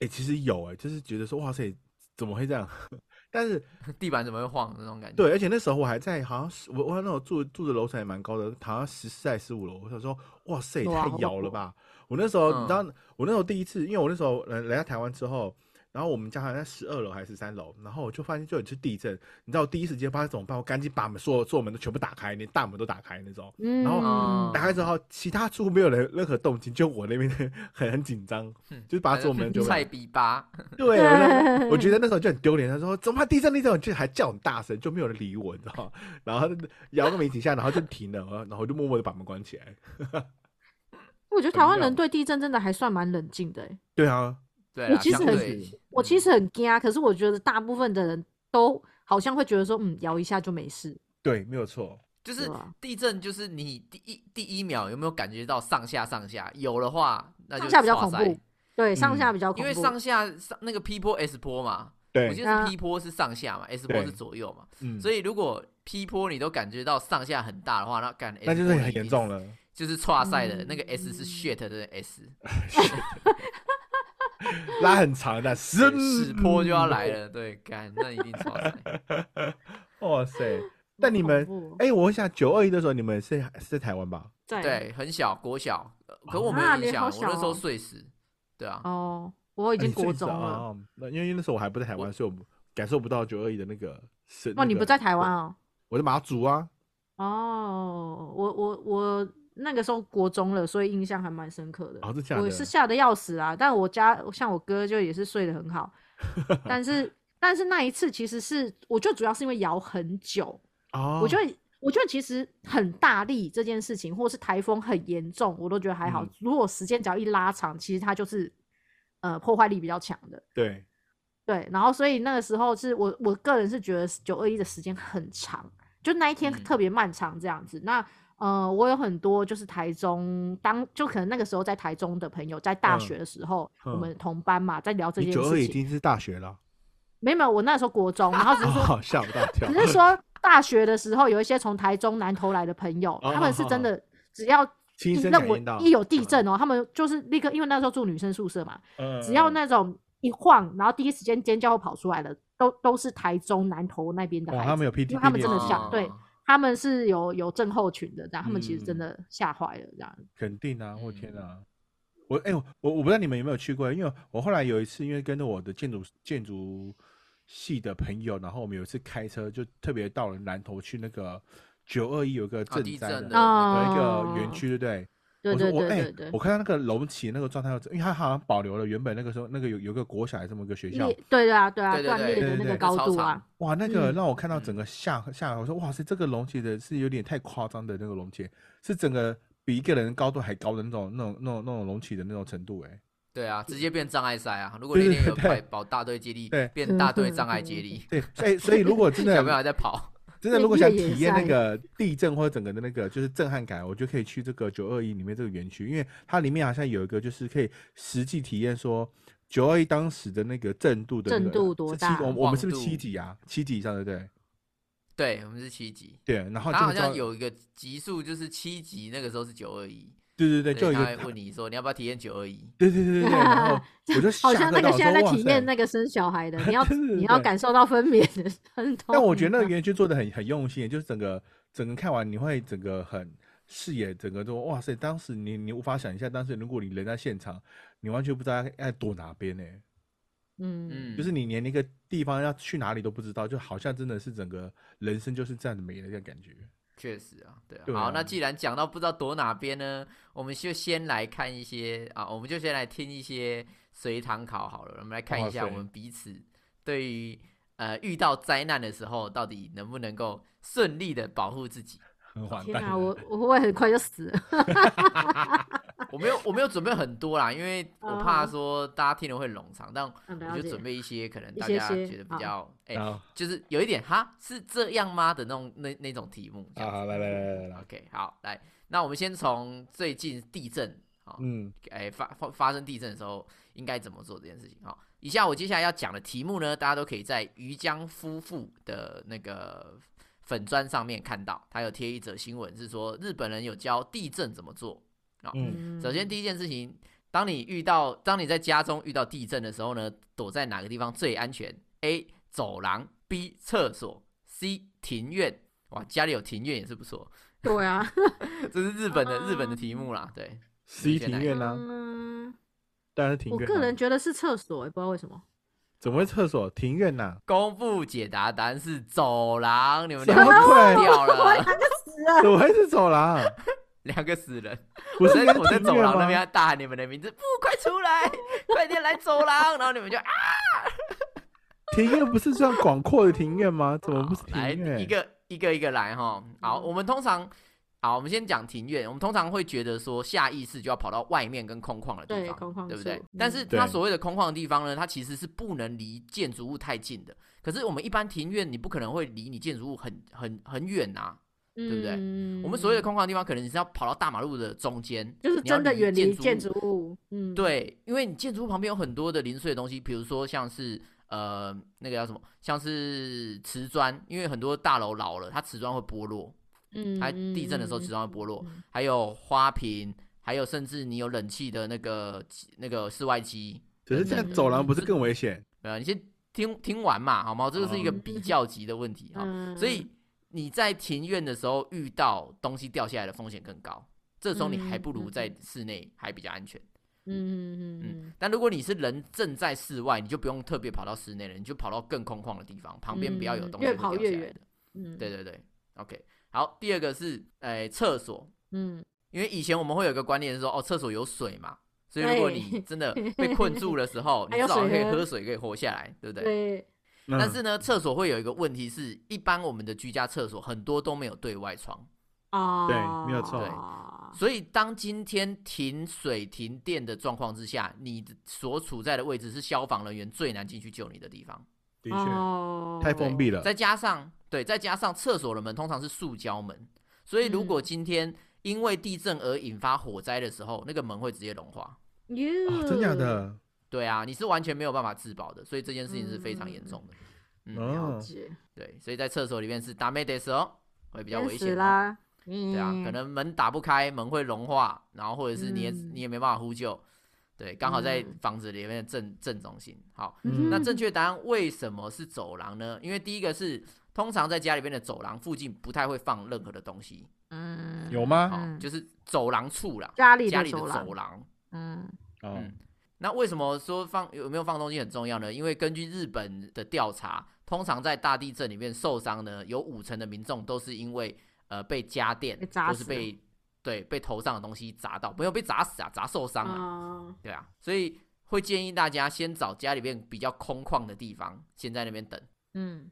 S3: 哎、其实有哎、就是觉得说哇塞，怎么会这样？ [LAUGHS] 但是
S1: 地板怎么会晃那种感觉？
S3: 对，而且那时候我还在，好像是我我那时候住住的楼层还蛮高的，好像十四还十五楼。我想说，哇塞，
S4: 哇
S3: 太摇了吧！我那时候、
S1: 哦嗯
S3: 你知道，我那时候第一次，因为我那时候来来到台湾之后，然后我们家好像在十二楼还是十三楼，然后我就发现就有一次地震，你知道我第一时间发现怎么办？我赶紧把门所有所有门都全部打开，连大门都打开那种。
S4: 嗯，
S3: 然后
S1: 嗯
S3: 打开之后，其他住户没有人任何动静，就我那边 [LAUGHS] 很很紧张，就是把它锁门就
S1: 菜比吧，
S3: 对，我那我
S4: [LAUGHS]
S3: 觉得那时候就很丢脸。他说怎么地震地震，我就还叫很大声，就没有人理我，你知道吗？ [LAUGHS] 然后摇个没几下，然后就停了，然后我就默默的把门关起来。
S4: 我觉得台湾
S3: 很妙
S4: 人对地震真的还算蛮冷静的欸。
S3: 对啊，
S1: 对
S4: 我
S1: 啦，
S4: 其实
S1: 相
S4: 很
S1: 对
S4: 我其实很惊啊，可是我觉得大部分的人都好像会觉得说，嗯，摇一下就没事。
S3: 对，没有错。
S1: 就是
S4: 对啊
S1: 地震，就是你第一第一秒有没有感觉到上下上下？有的话，那就
S4: 上下比较
S1: 哇
S4: 恐
S1: 塞
S4: 怖，对，上下比较恐
S1: 嗯因
S4: 怖。
S1: 为上下上那个 P 波 S 波嘛，我记
S3: 对，
S1: 得
S4: 啊
S1: 是 P 波是上下嘛，S 波
S3: 对
S1: 是左右嘛，
S3: 嗯，
S1: 所以如果 P 波你都感觉到上下很大的话，那感
S3: 那就是很严重，了。
S1: 就是跨赛的那个 S 是
S4: 嗯
S1: shit 的 S，
S3: 拉很长
S4: [LAUGHS]
S3: 的，
S1: 对
S3: 死
S1: 死坡就要来了，对，干那一定超惨。
S3: 哇塞！但你们，哎、我想九二一的时候，你们是是在台湾吧？
S4: [LAUGHS] 对
S1: 对，很小，国小，呃可我没
S4: 啊
S1: 有
S4: 你
S1: 印象，
S4: 好
S1: 我那时
S4: 小
S1: 候
S4: 哦
S1: 睡死。对啊，
S4: 哦，我已
S3: 已
S4: 经国中了。
S3: 哦。那因为那时候我还不在台湾，所以我不感受不到九二一的那个是。
S4: 哇，
S3: 那
S4: 你
S3: 个
S4: 不在台湾？哦？
S3: 我在马祖啊。
S4: 哦，我我我那个时候国中了，所以印象还蛮深刻的。
S3: 哦是假
S4: 我
S3: 的
S4: 是吓得要死啊！但我家像我哥就也是睡得很
S1: [LAUGHS]
S4: 好，但是但是那一次其实是，我就主要是因为摇很久，
S3: 哦，
S4: 我觉得。我觉得其实很大力这件事情，或是台风很严重，我都觉得还好。
S3: 嗯
S4: 如果时间只要一拉长，其实它就是呃破坏力比较强的。
S3: 对，
S4: 对，然后所以那个时候是我我个人是觉得九二一的时间很长，就那一天
S1: 嗯
S4: 特别漫长这样子。那呃，我有很多就是台中当就可能那个时候在台中的朋友，在大
S3: 嗯
S4: 学的时候，我
S3: 嗯
S4: 们同班嘛，在聊这
S3: 你
S4: 件
S3: 九二
S4: 事
S3: 已
S4: 情。
S3: 经是大学了，
S4: 没有没有，我那时候国中，然后只是说
S3: 哦，吓我一大跳。
S4: 只是 [LAUGHS] 说大学的时候有一些从台中南投来的朋友，
S3: 哦
S4: 他们是真的只要。
S3: 亲
S4: 一
S3: 身
S4: 认
S3: 感
S4: 为
S3: 应到
S4: 一有地震哦，他们就是立刻，因为那时候住女生宿舍嘛，
S3: 嗯
S4: 只要那种一晃，然后第一时间尖叫或跑出来的，都都是台中南投那边的
S3: 哇，
S4: 孩子，
S3: 他们有 P T，
S4: 因为他们真的
S1: 啊
S4: 吓，对他们是有有症候群的，这样他们其实真
S3: 嗯
S4: 的吓坏了，这样。
S3: 肯定啊！我天
S1: 嗯
S3: 啊！我哎、我我我不知道你们有没有去过，因为我后来有一次，因为跟着我的建筑建筑系的朋友，然后我们有一次开车就特别到了南头去那个九二一有个
S1: 啊
S3: 震
S1: 地
S3: 灾
S1: 震
S3: 的
S1: 的
S3: 有
S1: 那
S3: 一
S4: 哦
S3: 个园区，对不对？
S4: 对对对
S3: 我说我哎、
S4: 对对，
S3: 我看到那个隆起那个状态，因为它好像保留了原本那个时候那个有有一个国小还是什么一个学校
S4: 裂，对啊对啊，
S1: 对
S4: 断裂
S1: 对
S4: 的
S3: 对
S4: 那
S3: 对
S4: 个
S3: 对
S4: 高
S1: 操
S4: 度
S1: 场
S4: 啊，
S3: 哇，那个
S4: 嗯
S3: 让我看到
S1: 嗯
S3: 整个下下来，我说哇塞，这个隆起的是有点太夸张的那个隆起，是整个比一个人高度还高的那种那种那种那种隆起的那种程度、哎。
S1: 对啊，直接变障碍赛啊！如果
S3: 对
S1: 那
S3: 对
S1: 天有
S3: 对
S1: 排跑大队接力
S3: 对，
S1: 变大队障碍接力，
S3: 对，所以所以如果
S1: [LAUGHS]
S3: 真
S1: 小朋友
S3: 的
S1: 还在跑，
S3: 真的
S4: 越
S3: 如果想
S4: 越野
S3: 体验那
S4: 赛
S3: 个地震或者整个的那个就是震撼感，我就可以去这个九二一里面这个园区，因为它里面好像有一个就是可以实际体验说九二一当时的那个震度的、那个、
S4: 震度多
S3: 是七
S4: 大
S3: 我们我们是不是
S1: 晃
S3: 七
S1: 度
S3: 级啊？七级以上对不对？
S1: 对我们是七级，
S3: 对，然后
S1: 他
S3: 这
S1: 好
S3: 个
S1: 像
S3: 叫
S1: 有一个级数就是七级，那个时候是九二一，
S3: 对对对，就
S1: 所
S3: 有
S1: 以
S3: 一
S1: 他
S3: 个
S1: 会问你说你要不要体验九二一？
S3: 对对对对对，然
S4: [LAUGHS]
S3: 后我就
S4: 好
S3: 吓
S4: 像
S3: 得
S4: 那个
S3: 到
S4: 现在在
S3: 说哇
S4: 体
S3: 塞
S4: 验那个生小孩的，
S3: [LAUGHS]
S4: 你要
S3: 对对
S4: 你要
S3: 对
S4: 感受到分娩的 [LAUGHS] 很痛。
S3: 但我觉得那个园区做的很很用心，就是整个整个看完你会整个很视野，整个都哇塞，当时你你无法想象，当时如果你人在现场，你完全不知道要躲哪边呢、
S4: 嗯，
S1: 嗯，
S3: 就是你连那个地方要去哪里都不知道，就好像真的是整个人生就是这样的没了的感觉。
S1: 确实啊，对啊。
S3: 对
S1: 好，
S3: 啊
S1: 那既然讲到不知道躲哪边呢，我们就先来看一些啊，我们就先来听一些随堂考好了。我们来看一下
S3: 哇
S1: 我
S3: 塞
S1: 们彼此对于呃遇到灾难的时候，到底能不能够顺利的保护自己。
S3: 很完
S4: 天
S3: 蛋
S4: 啊，
S3: 了，
S4: 我我会不会很快就死
S1: [LAUGHS]
S4: 了？
S1: 我没有我没有准备很多啦，因为我怕
S4: 嗯
S1: 说大家听了会冗长，但
S4: 嗯了
S1: 我就
S4: 解
S1: 准备一些可能
S4: 一
S1: 大
S4: 些
S1: 家
S4: 些
S1: 觉得比
S4: 好
S1: 较哎、
S3: 然后
S1: 就是有一点哈是这样吗的那种那那种题目。这
S3: 啊
S1: 样子
S3: 好来来来来来，
S1: OK，好，来，那我们先从最近地震好，
S3: 嗯
S1: 哎、发发发生地震的时候应该怎么做这件事情好，以下我接下来要讲的题目呢，大家都可以在于江夫妇的那个粉砖上面看到，他有贴一则新闻，是说日本人有教地震怎么做。好，
S3: 嗯，
S4: 嗯
S1: 首先第一件事情，当你遇到当你在家中遇到地震的时候呢，躲在哪个地方最安全？A. 走廊，B. 厕所，C. 庭院。哇，家里有庭院也是不错。 [LAUGHS]
S4: 对啊，
S3: [LAUGHS]
S1: 这是日本的日本的题目啦，对，
S3: 十一
S1: 你先
S3: 庭
S1: 来
S3: 院呢、啊
S4: 嗯，
S3: 当然是庭
S4: 我
S3: 院、啊。
S4: 个人觉得是厕所、欸，不知道为什么。
S3: 怎么会厕所庭院呐、啊
S1: [LAUGHS] 公布解答答案是走廊，你们
S3: 什
S1: 两个
S3: 么
S1: 死
S3: 鬼
S1: 掉 [LAUGHS]
S4: [LAUGHS]
S1: 了，
S3: 怎么会是走廊？
S1: 两个死人。
S3: 不
S1: 我
S3: 是
S1: 在
S3: 应该
S1: 我在
S3: 庭
S1: 走
S3: 院
S1: 廊那
S3: 吗
S1: 边大喊你们的名字，不，快出来， [LAUGHS] 快点来走廊，然后你们就啊，
S3: 庭院不是算广阔的庭院 [LAUGHS] 吗？怎么不是欸庭
S1: 来
S3: 院？
S1: 一个一个一个来哈。
S4: 嗯
S1: 好，我们通常。好，我们先讲庭院。我们通常会觉得说，下意识就要跑到外面跟空旷的地
S4: 对
S1: 方，
S4: 空旷
S1: 对不对
S4: 处？
S1: 但
S4: 嗯
S1: 是它
S3: 对
S1: 所谓的空旷的地方呢，它其实是不能离建筑物太近的。可是我们一般庭院，你不可能会离你建筑物很很很远啊。
S4: 对
S1: 不对
S4: 嗯、
S1: 我们所谓的空旷的地方，可能你是要跑到大马路的中间，
S4: 就是
S1: 你要
S4: 真的远离
S1: 离
S4: 建
S1: 筑
S4: 筑
S1: 物。
S4: 物，嗯，，
S1: 对，因为你建筑物旁边有很多的零碎的东西，比如说像是呃那个叫什么，像是瓷砖，因为很多大楼老了，它瓷砖会剥落，
S4: 嗯，
S1: 它地震的时候
S4: 嗯
S1: 瓷砖会剥落，
S4: 嗯
S1: 还有花瓶，还有甚至你有冷气的那个那个室外机，
S3: 只是这样走廊不是更危险？
S1: 对啊，你先听听完嘛，好吗？这个是一个
S3: 嗯
S1: 比较级的问题啊、
S4: 嗯，
S1: 所以你在庭院的时候遇到东西掉下来的风险更高，这时候你还不如在室内还比较安全。
S4: 嗯嗯嗯
S1: 嗯，但如果你是人正在室外，你就不用特别跑到室内了，你就跑到更空旷的地方，旁边不要有
S4: 嗯
S1: 东西会
S4: 越跑
S1: 掉
S4: 越
S1: 下来
S4: 远
S1: 的。
S4: 嗯，
S1: 对，对对，OK。好，第二个是诶厕所，
S4: 嗯
S1: 因为以前我们会有一个观念是说，哦，厕所有水嘛，所以如果你真的被困住的时候，你
S4: [LAUGHS] 还有
S1: 至少可
S4: 水
S1: 以
S4: 喝
S1: 喝水，可以活下来，对不对？
S4: 对，
S3: 嗯
S1: 但是呢，厕所会有一个问题是，一般我们的居家厕所很多都没有对外窗，
S4: 啊，
S3: 对没有错
S1: 对所以当今天停水停电的状况之下，你所处在的位置是消防人员最难进去救你的地方，
S3: 的确
S4: 哦，
S3: 太封闭了。
S1: 再加上对，再加上厕所的门通常是塑胶门，所以如
S4: 嗯
S1: 果今天因为地震而引发火灾的时候，那个门会直接融化。
S4: 哟，
S3: 哦，真假？的？
S1: 对啊，你是完全没有办法自保的，所以这件事情是非常严重的。嗯，
S4: 了
S3: 哦，
S4: 解，
S1: 对，所以在厕所里面是打 m e d 哦，会比
S4: 比
S1: 较危险、哦。
S4: 啦，嗯，
S1: 对啊，可能门打不开，门会融化，然后或者是你也、
S4: 嗯
S1: 你也没办法呼救。对，刚好在
S4: 嗯
S1: 房子里面的正正中心。好，
S4: 嗯，
S1: 那正确答案为什么是走廊呢？因为第一个是通常在家里面的走廊附近不太会放任何的东西，
S4: 嗯
S3: 有吗？
S1: 好、
S4: 嗯
S1: 就是走廊处啦，
S4: 家里
S1: 家
S4: 的
S1: 里的
S4: 走廊
S1: 走，廊
S4: 嗯
S3: 哦，
S1: 嗯那为什么说放有没有放东西很重要呢？因为根据日本的调查，通常在大地震里面受伤呢，有五成的民众都是因为呃被家电
S4: 被砸
S1: 或是
S4: 死了
S1: 被对被头上的东西砸到，没有被砸死啊，砸受伤啊，
S4: 啊，
S1: 对啊，所以会建议大家先找家里面比较空旷的地方，先在那边等，
S4: 嗯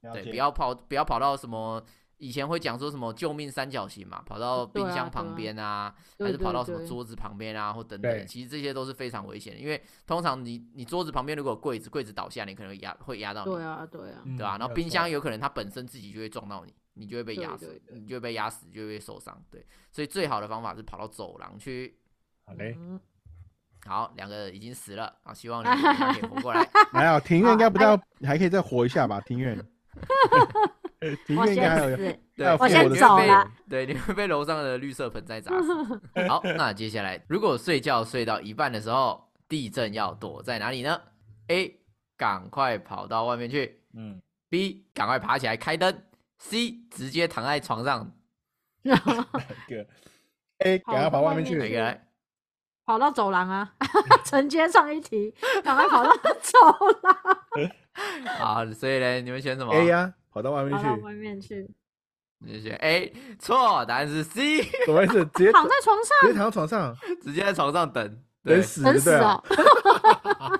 S3: 了
S1: 对，
S3: 解
S1: 不要跑不要跑到什么。以前会讲说什么救命三角形嘛，跑到
S4: 对啊
S1: 冰箱
S4: 对啊
S1: 旁边啊，
S4: 对
S1: 还是跑到什
S4: 对
S1: 么
S4: 对
S1: 桌子旁边啊，或等等，
S3: 对
S1: 其实这些都是非常危险的，因为通常你你桌子旁边如果有柜子，柜子倒下，你可能压会压到你，
S4: 对啊，对啊，
S3: 嗯
S1: 对吧、然后
S3: 没有
S1: 冰箱
S3: 错
S1: 有可能它本身自己就会撞到你，你就会被压死，
S4: 对对对
S1: 你就会被压死，就会被受伤，对，所以最好的方法是跑到走廊去。
S3: 好
S1: [LAUGHS]
S3: 嘞，
S4: 嗯
S1: 好，两个已经死了啊，希望你们可以活过来。
S3: 还好啊庭院应该不到，还可以再活一下吧？庭
S1: [LAUGHS]
S3: 院，庭
S4: 我
S3: 院应该还有
S4: 先死，
S1: 对
S3: 还有，
S4: 我先
S3: 复活的
S4: 走
S3: 机会
S4: 了。
S1: 对，你会被楼上的绿色盆栽砸死。好，那接下来，如果睡觉睡到一半的时候，地震要躲在哪里呢？A. 赶快跑到外面去
S3: 嗯，
S1: ；B. 赶快爬起来开灯；C. 直接躺在床上。
S3: 一个 A 赶快跑外面去
S1: 哪一
S4: 对
S1: 个来？
S4: 跑到走廊啊，承接上一题，赶快
S3: [LAUGHS]
S4: 跑到走廊，
S1: 好，所以呢，你们选什么
S3: ，A 呀，跑到外面
S4: 跑
S3: 去
S4: 到，外面去，
S1: 你们选 A，错，答案是 C， [LAUGHS]
S3: 什么意思？直接
S4: 躺在床上
S3: 直接躺到床上，
S1: 直接在床上等。对
S3: 等，死
S4: 等
S3: 就
S4: 死
S3: 对啊了
S4: 哦。。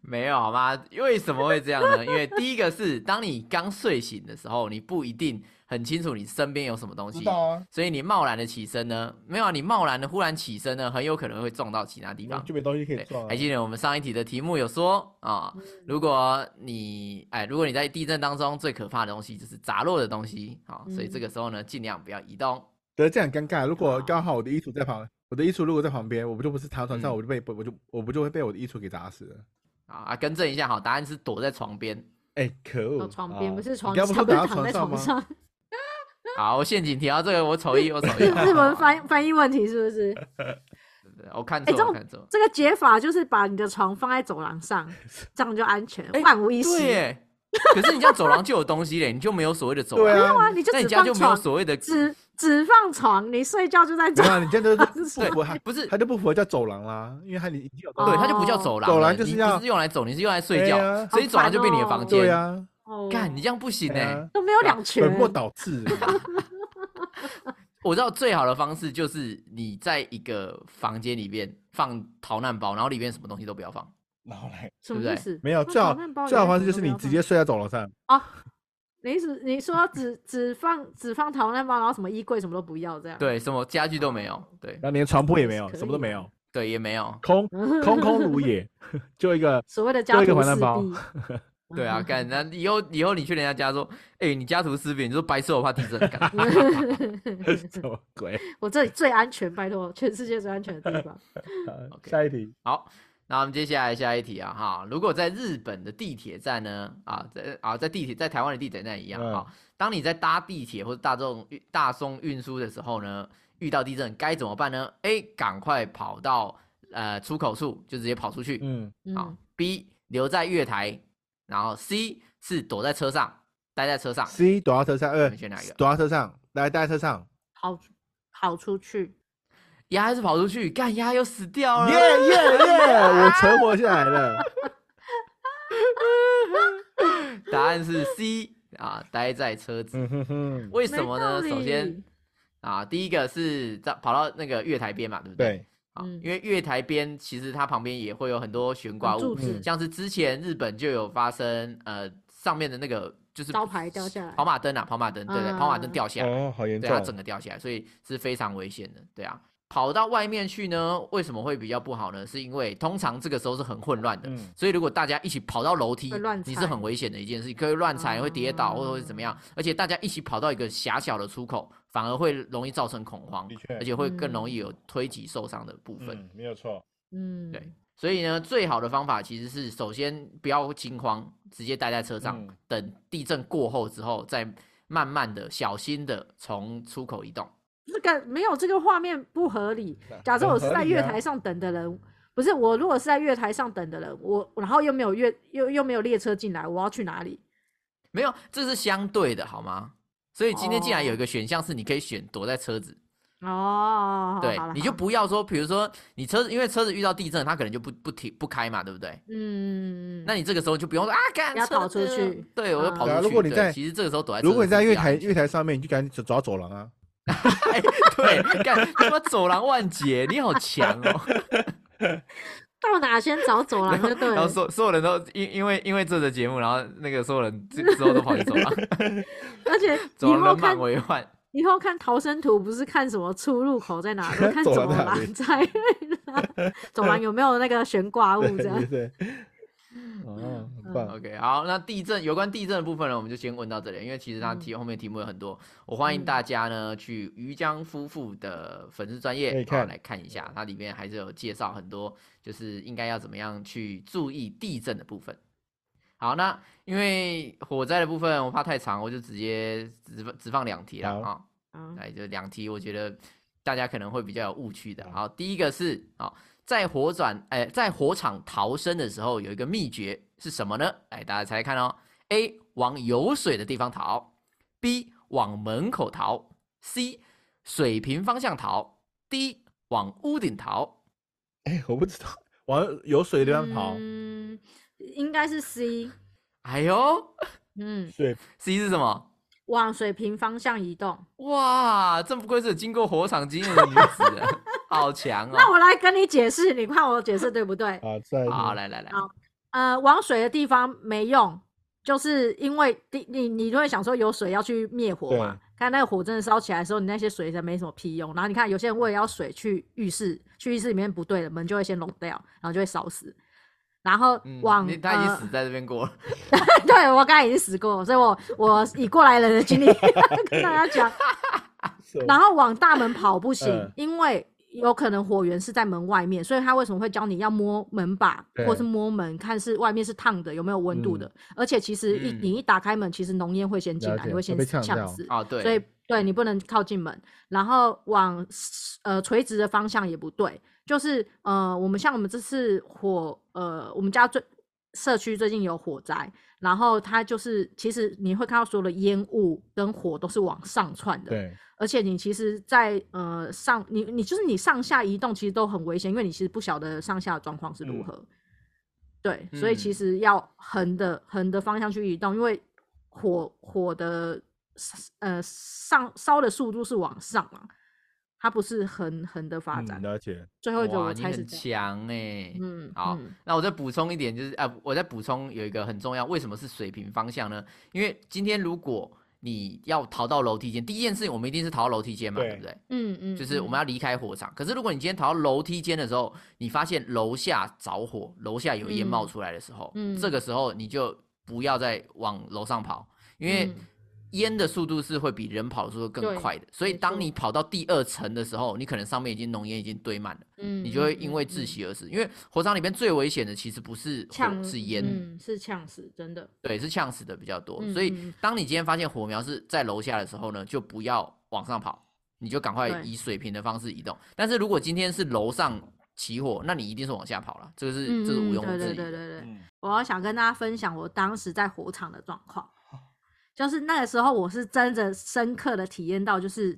S1: 没有好吗？为什么会这样呢？因为第一个是，当你刚睡醒的时候，你不一定很清楚你身边有什么东西，
S3: 知道啊，
S1: 所以你贸然的起身呢，没有、啊、你贸然的忽然起身呢，很有可能会撞到其他地方。
S3: 就没东西可以
S1: 对
S3: 撞啊
S1: 还。记得我们上一题的题目有说啊、
S4: 嗯
S1: 如果你哎，如果你在地震当中最可怕的东西就是砸落的东西，
S4: 嗯
S1: 好、所以这个时候呢，尽量不要移动。
S3: 对，这样很尴尬。如果
S4: 啊
S3: 刚好我的衣橱在旁，我的衣橱如果在旁边，我不就不是躺床上，
S1: 嗯
S3: 我就被我就我不就会被我的衣橱给砸死了？
S1: 好啊，更正一下，好，答案是躲在床边。
S4: 嗯
S3: 哎，可恶！
S4: 到哦床边
S3: 啊
S4: 不是
S3: 你
S4: 床
S3: 刚
S4: 下，
S3: 不
S4: 不
S3: 是
S4: 是
S3: 躺到
S4: 躺在
S3: 上
S4: 床
S3: 吗？ [LAUGHS] 哎
S4: 上，
S1: 好，陷阱题啊，这个我
S4: [LAUGHS]
S1: 丑一，我丑一。
S4: 是日文翻翻译问题是不是？
S1: 我看错，
S4: 哎这
S1: 我
S4: 种
S1: 看错。
S4: 这个解法就是把你的床放在走廊上，这样就安全
S1: 哎，
S4: 万无一
S1: 对
S4: 失。
S1: 耶，可是你这样走廊就有东西嘞，你就没有所谓的走
S3: 对
S1: 廊，
S4: 没
S3: 啊
S4: 有啊，你就
S1: 那
S4: 只
S1: 你家
S4: 放
S1: 就没有
S4: 床，
S1: 所谓的
S4: 只只放床，你睡觉就在这
S3: 没有。啊，你这
S4: [LAUGHS]
S3: 样就是
S4: 是
S3: 不符合它，
S1: 不是
S3: 它就不符合叫走廊啦，因为它你已经有
S1: 对，它就不叫
S4: 哦
S1: 走廊了，
S3: 走廊就是
S1: 你
S3: 要
S1: 不是用来走，你是用来睡觉，
S3: 对啊
S1: 所以走廊就变你的房间。
S3: 对啊，
S4: 哦
S1: 干，你这样不行
S3: 对
S1: 哎、
S3: 啊，
S4: 都没有两全
S3: 本，末倒置。
S1: 我知道最好的方式就是你在一个房间里面放逃难包，然后里面什么东西都不要放。
S3: 然后嘞，
S4: 什么
S1: 对
S4: 意
S1: 不对
S4: 思？
S3: 没有
S4: 那
S3: 最好
S4: 床单包
S3: 最好
S4: 里
S3: 的
S4: 面
S3: 方
S4: 什
S3: 式就
S4: 么
S3: 是
S4: 都
S3: 你
S4: 不要放
S3: 直接睡在走廊上，
S4: 你意思你说只只放只放逃难包，然后什么衣柜什么都不要这样？
S1: 对，什么家具都没有，对
S3: 然后连床铺也没有，
S4: 可以
S3: 什么都没有，
S1: 对也没有，
S4: [LAUGHS]
S3: 空空空如也， [LAUGHS] 就一个
S4: 所谓的
S3: 就
S4: 家
S3: 一个
S4: 徒
S3: 还
S4: 四
S3: 难包 [LAUGHS]
S4: 壁。
S1: 对
S4: 嗯
S1: 啊，干那以后以后你去人家家说，哎、你家徒四壁，你说白痴，我怕地震， [LAUGHS] 干
S3: 什么鬼？
S4: [LAUGHS] 我这里最安全，拜托，全世界最安全的地
S1: [LAUGHS]
S4: 方。
S3: 好
S1: OK
S3: 下一题，
S1: 好，那我们接下来下一题啊，哈，如果在日本的地铁站呢，啊，在啊在地铁在台湾的地铁站一样啊、
S3: 嗯
S1: 哈当你在搭地铁或者大众运大众运输的时候呢，遇到地震该怎么办呢？A. 赶快跑到呃出口处，就直接跑出去。
S3: 嗯，
S1: 好、
S4: 嗯，
S1: b 留在月台，然后 C 是躲在车上，待在车上。
S3: C 躲到车上，呃
S1: 你选哪一个，
S3: 躲到车上，来待在车上，
S4: 跑出跑出去，
S1: 鸭还是跑出去，干鸭又死掉了。
S3: 耶耶耶， [LAUGHS] 我存活下来了。
S1: 答案是 C 啊，待在车子。
S3: [LAUGHS] 嗯哼哼，
S1: 为什么呢？
S4: 没道
S1: 首先
S4: 理
S1: 啊，第一个是在跑到那个月台边嘛，对不对？
S3: 对，
S1: 啊
S4: 嗯
S1: 因为月台边其实它旁边也会有很多悬挂
S4: 柱
S1: 物，
S4: 子
S1: 像嗯是之前日本就有发生，呃，上面的那个就是
S4: 招牌掉下来
S1: 跑马灯啊，跑马灯，对对，跑马灯
S4: 嗯
S1: 掉下来，
S3: 哦，好严
S1: 对，啊嗯
S3: 重
S1: 它，整个掉下来，所以是非常危险的，对啊。跑到外面去呢，为什么会比较不好呢？是因为通常这个时候是很混乱的，
S3: 嗯
S1: 所以如果大家一起跑到楼梯
S4: 会乱，
S1: 你是
S4: 踩哦
S1: 很危险的一件事，可以乱踩，会跌倒或者会怎么样。而且大家一起跑到一个狭小的出口，反而会容易造成恐慌
S3: 的确，
S1: 而且会更容易
S4: 嗯
S1: 有推挤受伤的部分。
S3: 嗯，没有错，
S4: 嗯，
S1: 对，所以呢，最好的方法其实是首先不要惊慌，直接待在车上，
S3: 嗯
S1: 等地震过后之后，再慢慢的、小心的从出口移动。
S4: 这个没有这个画面不合理
S3: 那。
S4: 假设
S3: 很
S4: 我是
S3: 合
S4: 在
S3: 理
S4: 月
S3: 啊
S4: 台上等的人，不是我，如果是在月台上等的人，我然后又没有月又又没有列车进来，我要去哪里？
S1: 没有，这是相对的，好吗？所以今天既然有一
S4: 哦
S1: 个选项是你可以选躲在车子，
S4: 哦，
S1: 对
S4: 好了，
S1: 你就
S4: 好了
S1: 不要说，比如说你车子因为车子遇到地震，它可能就不不停不开嘛，对不对？
S4: 嗯，
S1: 那你这个时候就不用说啊，干
S4: 要
S1: 车
S4: 跑出
S1: 呃
S4: 去
S1: 对，我就
S4: 嗯
S1: 跑
S3: 对
S1: 出
S3: 啊
S1: 去。
S3: 如果你
S1: 对
S3: 在
S1: 其实这个时候躲在车
S3: 如果
S1: 子
S3: 你在
S1: 是
S3: 月
S1: 比较
S3: 台
S1: 安全
S3: 月台上面，你就赶紧走走到走廊啊。
S1: [LAUGHS] 哎，对，干他妈走廊万劫，你好强哦！
S4: 到哪先找走廊就 [LAUGHS] 对
S1: 然后
S4: 了。
S1: 所所有人都因因为因为这个节目，然后那个所有人之之后都跑去走
S4: [LAUGHS]
S1: 廊，
S4: 而且
S1: 走
S4: 以
S1: 廊
S4: 后
S1: 人
S4: 看
S1: 满为患。
S4: 以后看逃生图，不是看什么出入口在哪，都看
S3: 走
S4: 走
S3: 廊在哪里
S4: 廊在走廊有没有那个悬挂物
S3: 对 [LAUGHS]
S4: 这样
S3: 对。对，哦，很棒，
S1: OK，好，那地震有关地震的部分呢，我们就先问到这里，因为其实
S3: 嗯
S1: 它题后面题目有很多，我欢迎大家呢去于江夫妇的粉丝专
S3: 可以
S1: 业
S3: 看
S1: 来看一下，它里面还是有介绍很多，就是应该要怎么样去注意地震的部分。好，那因为火灾的部分我怕太长，我就直接只放只放两题了
S3: 好
S1: 啊。
S4: 啊
S1: 来，就两题，我觉得大家可能会比较有误区
S4: 嗯
S1: 的。好，第一个是啊、好在火转，哎、在火场逃生的时候有一个秘诀是什么呢？哎，大家猜猜看哦。A 往有水的地方逃，B 往门口逃，C 水平方向逃，D 往屋顶逃。
S3: 哎，我不知道，往有水的地方跑，
S4: 嗯，应该是 C，
S1: 哎呦
S4: 嗯，
S3: 水
S1: ，C 是什么？
S4: 往水平方向移动。
S1: 哇，真不愧是有经过火场经验的女子啊， [LAUGHS] 好强
S4: 那
S1: 哦！
S4: 我来跟你解释，你看我解释对不对？
S3: 啊，在
S1: 好，来来来，
S4: 好呃，往水的地方没用，就是因为地你你就会想说有水要去灭火嘛
S3: 对。
S4: 看那个火真的烧起来的时候，你那些水才没什么屁用。然后你看有些人为了要水去浴室，去浴室里面不对了，门就会先拢掉，然后就会烧死。然后
S1: 嗯，
S4: 往、
S1: 你他已经
S4: 呃
S1: 死在这边过了。
S4: [LAUGHS] 对我刚才已经死过，所以我我以过来人的经历 [LAUGHS] 跟大家讲。
S3: 手
S4: 然后往大门跑不行，
S3: 嗯
S4: 因为有可能火源是在门外面，所以他为什么会教你要摸门把
S3: 对嗯
S4: 或是摸门，看是外面是烫的有没有温度的？而且其实一、
S1: 嗯
S4: 你一打开门，其实浓烟会先进
S3: 了
S4: 来，
S3: 解
S4: 你会先
S3: 会被呛掉
S4: 呛死。
S1: 哦，对，
S4: 所以对你不能靠近门，然后往呃垂直的方向也不对，就是呃我们像我们这次火呃我们家最社区最近有火灾，然后它就是其实你会看到所有的烟雾跟火都是往上窜的，
S3: 对，
S4: 而且你其实在，呃上你你就是你上下移动其实都很危险，因为你其实不晓得上下的状况是如
S3: 嗯
S4: 何。对，所以其
S1: 嗯
S4: 实要横的横的方向去移动，因为火火的呃上烧的速度是往上嘛，它不是横横的发展。
S3: 嗯，了解，
S4: 最后一个
S1: 哇，
S4: 我
S1: 你
S4: 猜是
S1: 很
S4: 这样，
S1: 强哎。
S4: 嗯，
S1: 好
S4: 嗯
S1: 那我再补充一点，就是啊，我再补充有一个很重要，为什么是水平方向呢？因为今天如果你要逃到楼梯间，第一件事情我们一定是逃到楼梯间嘛，
S3: 对
S1: 对不对？
S4: 嗯嗯，
S1: 就是我
S4: 嗯
S1: 们要离开火场。可是如果你今天逃到楼梯间的时候，你发现楼下着火，楼下有烟冒
S4: 嗯
S1: 出来的时候，
S4: 嗯
S1: 这个时候你就不要再往楼上跑，因为
S4: 嗯
S1: 烟的速度是会比人跑的速度更
S4: 对
S1: 快的。所以
S4: 没
S1: 当
S4: 错
S1: 你跑到第二层的时候，你可能上面已经浓烟已经堆满了。
S4: 嗯
S1: 你就会
S4: 嗯
S1: 因为
S4: 嗯
S1: 窒
S4: 嗯
S1: 息而死。因为火场里面最危险的其实不是火，
S4: 呛
S1: 是烟，
S4: 嗯，是呛死，真的。
S1: 对，是呛死的比较多。
S4: 嗯
S1: 所以
S4: 嗯
S1: 当你今天发现火苗是在楼下的时候呢，就不要往上跑，你就赶快
S4: 对
S1: 以水平的方式移动。但是如果今天是楼上起火，那你一定是往下跑了，这个是
S4: 嗯
S1: 这是毋
S4: 嗯
S1: 庸置
S4: 对对
S1: 疑
S4: 对对
S1: 的。
S4: 对，
S3: 嗯
S4: 我要想跟大家分享我当时在火场的状况，就是那个时候我是真的深刻的体验到，就是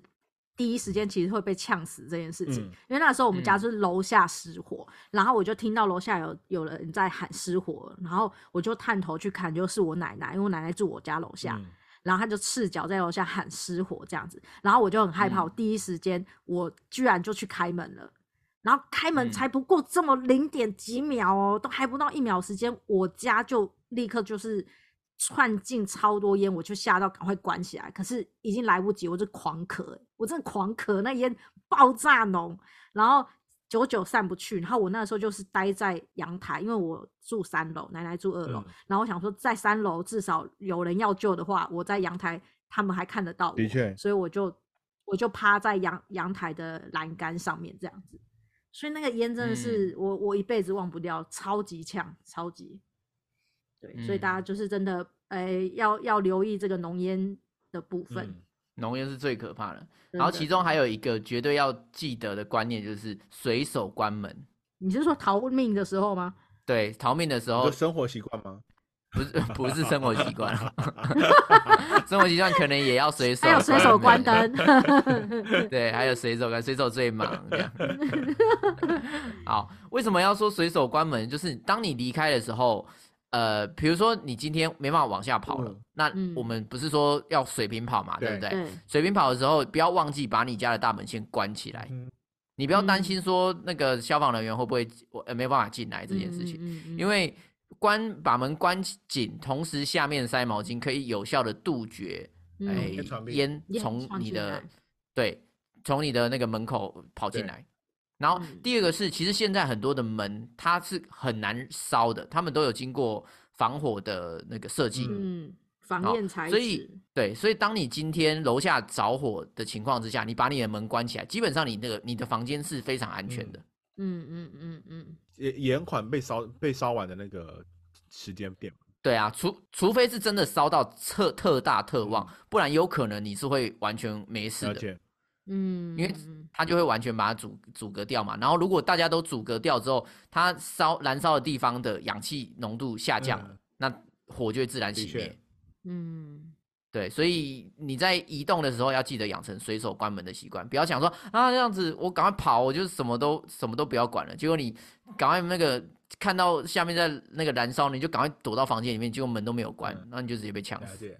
S4: 第一时间其实会被呛死这件事情。
S3: 嗯
S4: 因为那时候我们家
S1: 嗯
S4: 就是楼下失火，然后我就听到楼下有有人在喊失火，然后我就探头去看，就是我奶奶，因为我奶奶住我家楼下，
S3: 嗯
S4: 然后他就赤脚在楼下喊失火这样子，然后我就很害怕，
S1: 嗯
S4: 我第一时间我居然就去开门了，然后开门
S1: 嗯
S4: 才不过这么零点几秒哦，都还不到一秒时间，我家就立刻就是窜进超多烟，我就吓到赶快关起来，可是已经来不及，我就狂咳，欸我真的狂咳，那烟爆炸浓，然后。久久散不去，然后我那时候就是待在阳台，因为我住三楼，奶奶住二楼，
S3: 嗯
S4: 然后我想说，在三楼至少有人要救的话，我在阳台他们还看得到我，
S3: 的确
S4: 所以我就我就趴在阳阳台的栏杆上面这样子，所以那个烟真的
S1: 嗯
S4: 是、我我一辈子忘不掉，超级呛，超级，对，所以大家
S1: 嗯
S4: 就是真的，呃，要要留意这个浓烟的部分。
S3: 嗯
S1: 浓烟是最可怕的，
S4: 真
S1: 然后
S4: 的
S1: 其中还有一个绝对要记得的观念就是随手关门。
S4: 你是说逃命的时候吗？
S1: 对，逃命的时
S3: 你
S1: 候
S3: 的生活习惯吗？
S1: 不是 [LAUGHS] 不是生活习惯 [LAUGHS] 了，生活习惯可能也要随手
S4: 还有随手关
S1: 门
S4: 灯， [LAUGHS]
S1: 对，还有随手关，随手最忙。这样好，为什么要说随手关门？就是当你离开的时候，呃，比如说你今天没办法往下跑了，
S3: 嗯
S1: 那
S4: 嗯
S1: 我们不是说要水平跑嘛，对不 [LAUGHS]
S3: 对
S1: 对？
S4: 对，
S1: 水平跑的时候，不要忘记把你家的大门先关起来。
S3: 嗯
S1: 你不要担
S4: 嗯
S1: 心说那个消防人员会不会我呃没有办法进来这件事情，
S4: 嗯，嗯
S1: 因为关把门关紧，同时下面塞毛巾可以有效的杜绝
S4: 嗯
S1: 哎
S3: 烟传遍
S1: 烟
S4: 烟
S1: 从
S4: 传
S1: 你
S4: 进
S1: 的
S4: 来
S1: 对从你的那个门口跑进
S3: 对
S1: 来。然后
S4: 嗯
S1: 第二个是，其实现在很多的门它是很难烧的，他们都有经过防火的那个设计。
S4: 嗯，防
S1: 好
S4: 焰材
S1: 所以
S4: 质，
S1: 对，所以当你今天楼下着火的情况之下，你把你的门关起来，基本上你那个你的房间是非常安全的。
S4: 嗯嗯嗯嗯，
S3: 延延缓被烧被烧完的那个时间点。
S1: 对啊，除除非是真的烧到特特大特旺，不然有可能你是会完全没事
S3: 了
S1: 的，
S3: 解，
S4: 嗯，
S1: 因为
S4: 嗯
S1: 它就会完全把它阻阻隔掉嘛。然后如果大家都阻隔掉之后，它烧燃烧的地方的氧气浓度下降了，
S3: 嗯
S1: 那火就会自然
S3: 的
S1: 熄
S3: 确
S1: 灭。
S4: 嗯，
S1: 对，所以你在移动的时候要记得养成随手关门的习惯，不要想说啊这样子我赶快跑，我就什么都什么都不要管了。结果你赶快那个看到下面在那个燃烧，你就赶快躲到房间里面，结果门都没有关，
S3: 嗯
S1: 那你就直接被呛
S3: 了
S1: 死，
S3: 解。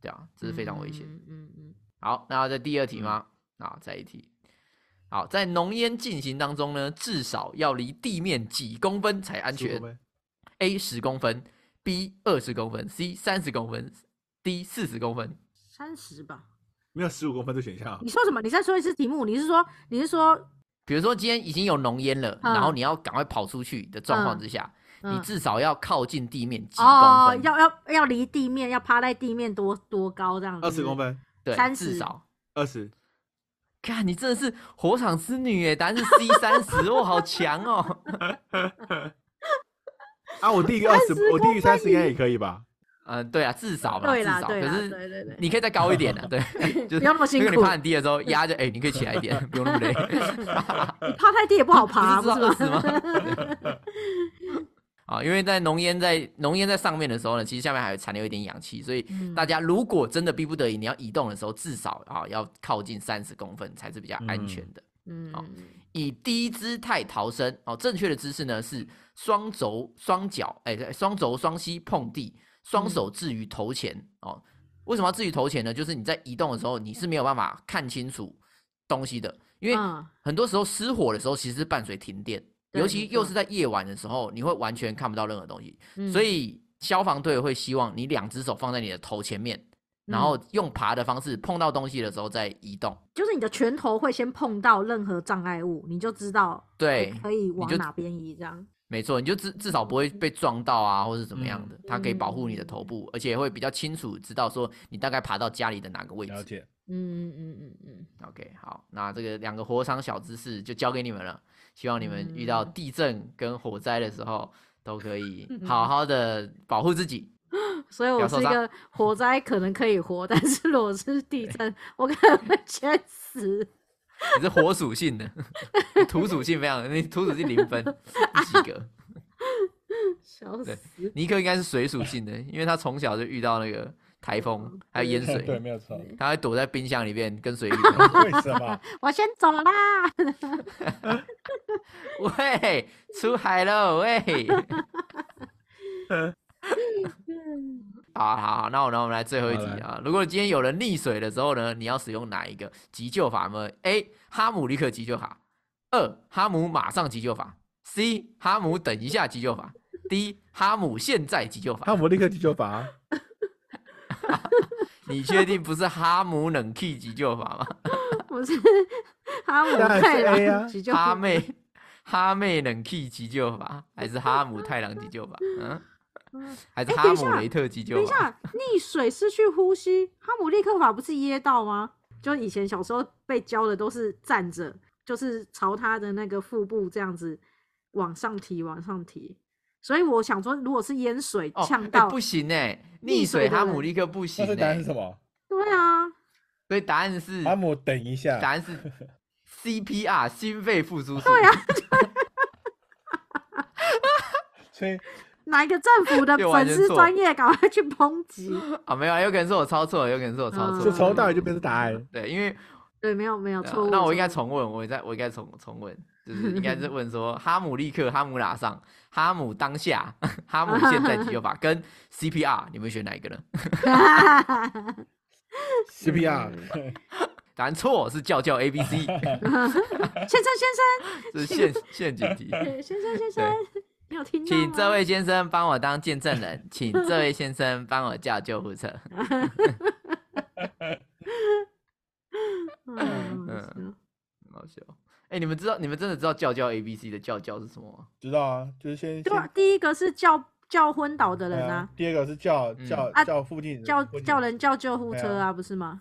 S1: 对啊，这是非常危险。
S4: 嗯嗯嗯
S1: 好，那在第二题吗？啊，再一题。好，在浓烟进行当中呢，至少要离地面几公分才安
S3: 15
S1: 全
S3: 分
S1: ？A 十公分，B 二十公分，C 三十公分，D 四十公分。
S4: 三十吧。
S3: 没有十五公分的选项
S4: 你，说什么？你再说一次题目。你是说你是说
S1: 比如说今天已经有浓烟了，
S4: 嗯
S1: 然后你要赶快跑出去的状况
S4: 嗯
S1: 之下，
S4: 嗯
S1: 你至少要靠近地面几公
S4: 哦
S1: 分，，
S4: 要要要离地面要趴在地面多多高这样子？
S3: 二十公。分，
S1: 对，
S4: 30
S1: 至少。
S3: 二十，
S1: 看，你真的是火场之女耶！答案是 C 三十，哦，好强哦！ [LAUGHS]
S3: 啊，我低于二十，
S4: 30
S3: 我低于三十应该也可以吧？
S1: 嗯，对啊，至少嘛，
S4: 对
S1: 至
S4: 啦
S1: 少。
S4: 对
S1: 可
S4: 啦
S1: 是
S4: 对对对
S1: 你可以再高一点啊
S4: [LAUGHS]
S1: 的，对，就是
S4: 不要那么辛
S1: 如果
S4: 苦
S1: 你爬很低的时候压着，哎，你可以起来一
S4: [LAUGHS]
S1: 点，不用那么累。
S4: 你趴太低也不好爬，
S1: [LAUGHS] 不
S4: 不
S1: 是
S4: 是
S1: 知道
S4: 吗？
S1: 20吗？ [LAUGHS] 啊，因为在浓烟在浓烟在上面的时候呢，其实下面还有残留一点氧气，所以
S4: 嗯
S1: 大家如果真的逼不得已你要移动的时候，至少啊要靠近三十公分才是比较安全的。
S4: 嗯，
S1: 好以低姿态逃生哦，正确的姿势呢是双肘双脚哎对双肘双膝碰地，
S4: 嗯
S1: 双手置于头前、哦。为什么要置于头前呢？就是你在移动的时候你是没有办法看清楚东西的，因为
S4: 嗯
S1: 很多时候失火的时候，其实是伴随停电，
S4: 对
S1: 尤
S4: 没
S1: 其
S4: 错
S1: 又是在夜晚的时候，你会完全看不到任何东西。
S4: 嗯
S1: 所以消防队会希望你两只手放在你的头前面，
S4: 嗯
S1: 然后用爬的方式碰到东西的时候再移动。
S4: 就是你的拳头会先碰到任何障碍物，你就知道
S1: 对，
S4: 可以
S1: 就
S4: 往哪边移这样。
S1: 没错，你就至至少不会被撞到啊，或是怎么样的，它可以保护你的
S4: 嗯
S1: 头部，而且会比较清楚知道说你大概爬到家里的哪个位
S3: 了
S1: 置。
S3: 解，
S4: 嗯嗯嗯嗯
S1: OK，好，那这个两个火场小知识就交给你们了。希望你们遇到
S4: 嗯
S1: 地震跟火灾的时候，都可以
S3: 嗯
S1: 好好的保护自己。
S4: 嗯，所以
S1: 不
S4: 我
S1: 要
S4: 是
S1: 受
S4: 一
S1: 伤 [LAUGHS]
S4: 个
S1: 嗯
S4: 火灾可能可以活，但是如果是地震，我可能会先死。
S1: 你是火属性的，土属性非常，你土属性零分，不及格。
S4: 笑
S1: 对
S4: 死！
S1: 尼克应该是水属性的，因为他从小就遇到那个台风还有淹
S3: 对，
S1: 水，
S3: 没
S1: [LAUGHS]
S3: 有错。
S1: 他还躲在冰箱里面跟水一起玩
S3: 为什 [LAUGHS] 么？
S4: 我先走啦。
S1: [LAUGHS] 喂，出海喽！喂， [LAUGHS] 嗯好好好，那我那我们来最后一题
S3: 好来
S1: 啊。如果今天有人溺水的时候呢，你要使用哪一个急救法呢？A. 哈姆立刻急救法，二哈姆马上急救法，C. 哈姆等一下急救法，D. 哈姆现在急救
S4: [LAUGHS]
S1: 法。
S3: 汉姆立刻急救法，啊
S1: 你确定不是哈姆冷气急救法吗？
S4: [LAUGHS] 我是哈姆
S3: 当然是
S4: 太
S3: A 啊
S4: 郎急救
S1: 哈妹，哈妹冷气急救法，还是哈姆太郎急救法？
S4: [LAUGHS]
S1: 嗯，
S4: 嗯
S1: 还是
S4: 哎
S1: 哈
S4: 等一
S1: 姆
S4: 下
S1: 雷特急
S4: 等
S1: 救
S4: 一
S1: 法？
S4: 下，溺水失去呼吸，哈姆立克法不是噎到吗？就以前小时候被教的都是站着，就是朝他的那个腹部这样子往上提，往上提。所以我想说，如果是淹水
S1: 哦，
S4: 呛
S1: 哎
S4: 到，
S1: 不行哎、溺
S4: 溺水
S1: 水
S4: 的
S1: 哈姆
S4: 人
S1: 立刻不行
S3: 但是答
S1: 哎、
S3: 案是什么？
S4: 对啊，
S1: 所以答案是
S3: 汉姆等一下
S1: 答，案是
S3: [LAUGHS]
S1: CPR 心肺复苏术。
S4: 对啊，
S3: 所以
S4: 哪一个政府的
S1: [LAUGHS] 又完
S4: 粉
S1: 全
S4: 丝
S1: 错
S4: 专业赶快去抨击？
S1: [LAUGHS] [LAUGHS] 啊，没有啊，有可能是我抄错了，有可能是我抄错了。
S4: 嗯
S3: 就从头到尾就变成答
S1: [LAUGHS]
S3: 案。
S1: 对，因为
S4: 对，没有没有
S1: 对啊
S4: 错误。
S1: 那我应该
S4: 错误
S1: 重问，我再我应该重重问，就是应该是问说哈姆立刻、哈姆拉上、哈姆当下、 [LAUGHS] 哈姆现在急救
S4: [LAUGHS]
S1: 法跟 CPR，你们选哪一个呢？ [LAUGHS] 啊
S3: CPR
S1: 答案错，是叫叫 A B
S4: [LAUGHS]
S1: C，
S4: 先生先
S1: 这是陷陷阱题。
S4: 生，先生先生，你有听到吗？
S1: 请这位先生帮我当见证人，请这位先生帮我叫救护车。 [LAUGHS]
S4: 嗯，
S1: 嗯
S4: 嗯，
S1: 很好笑。哎、你们知道你们真的知道叫叫 A B C 的叫叫是什么吗？
S3: [LAUGHS] 知道啊，就是先
S4: 对啊
S3: 先，
S4: 第一个是叫叫昏倒的
S3: 对
S4: 人
S3: 啊
S4: 啊，。
S3: 第二个是叫
S1: 嗯
S3: 叫
S4: 啊
S3: 叫附近
S4: 叫
S3: 附近
S4: 叫人叫救护
S3: 对
S4: 车
S3: 啊
S4: 啊，不是吗？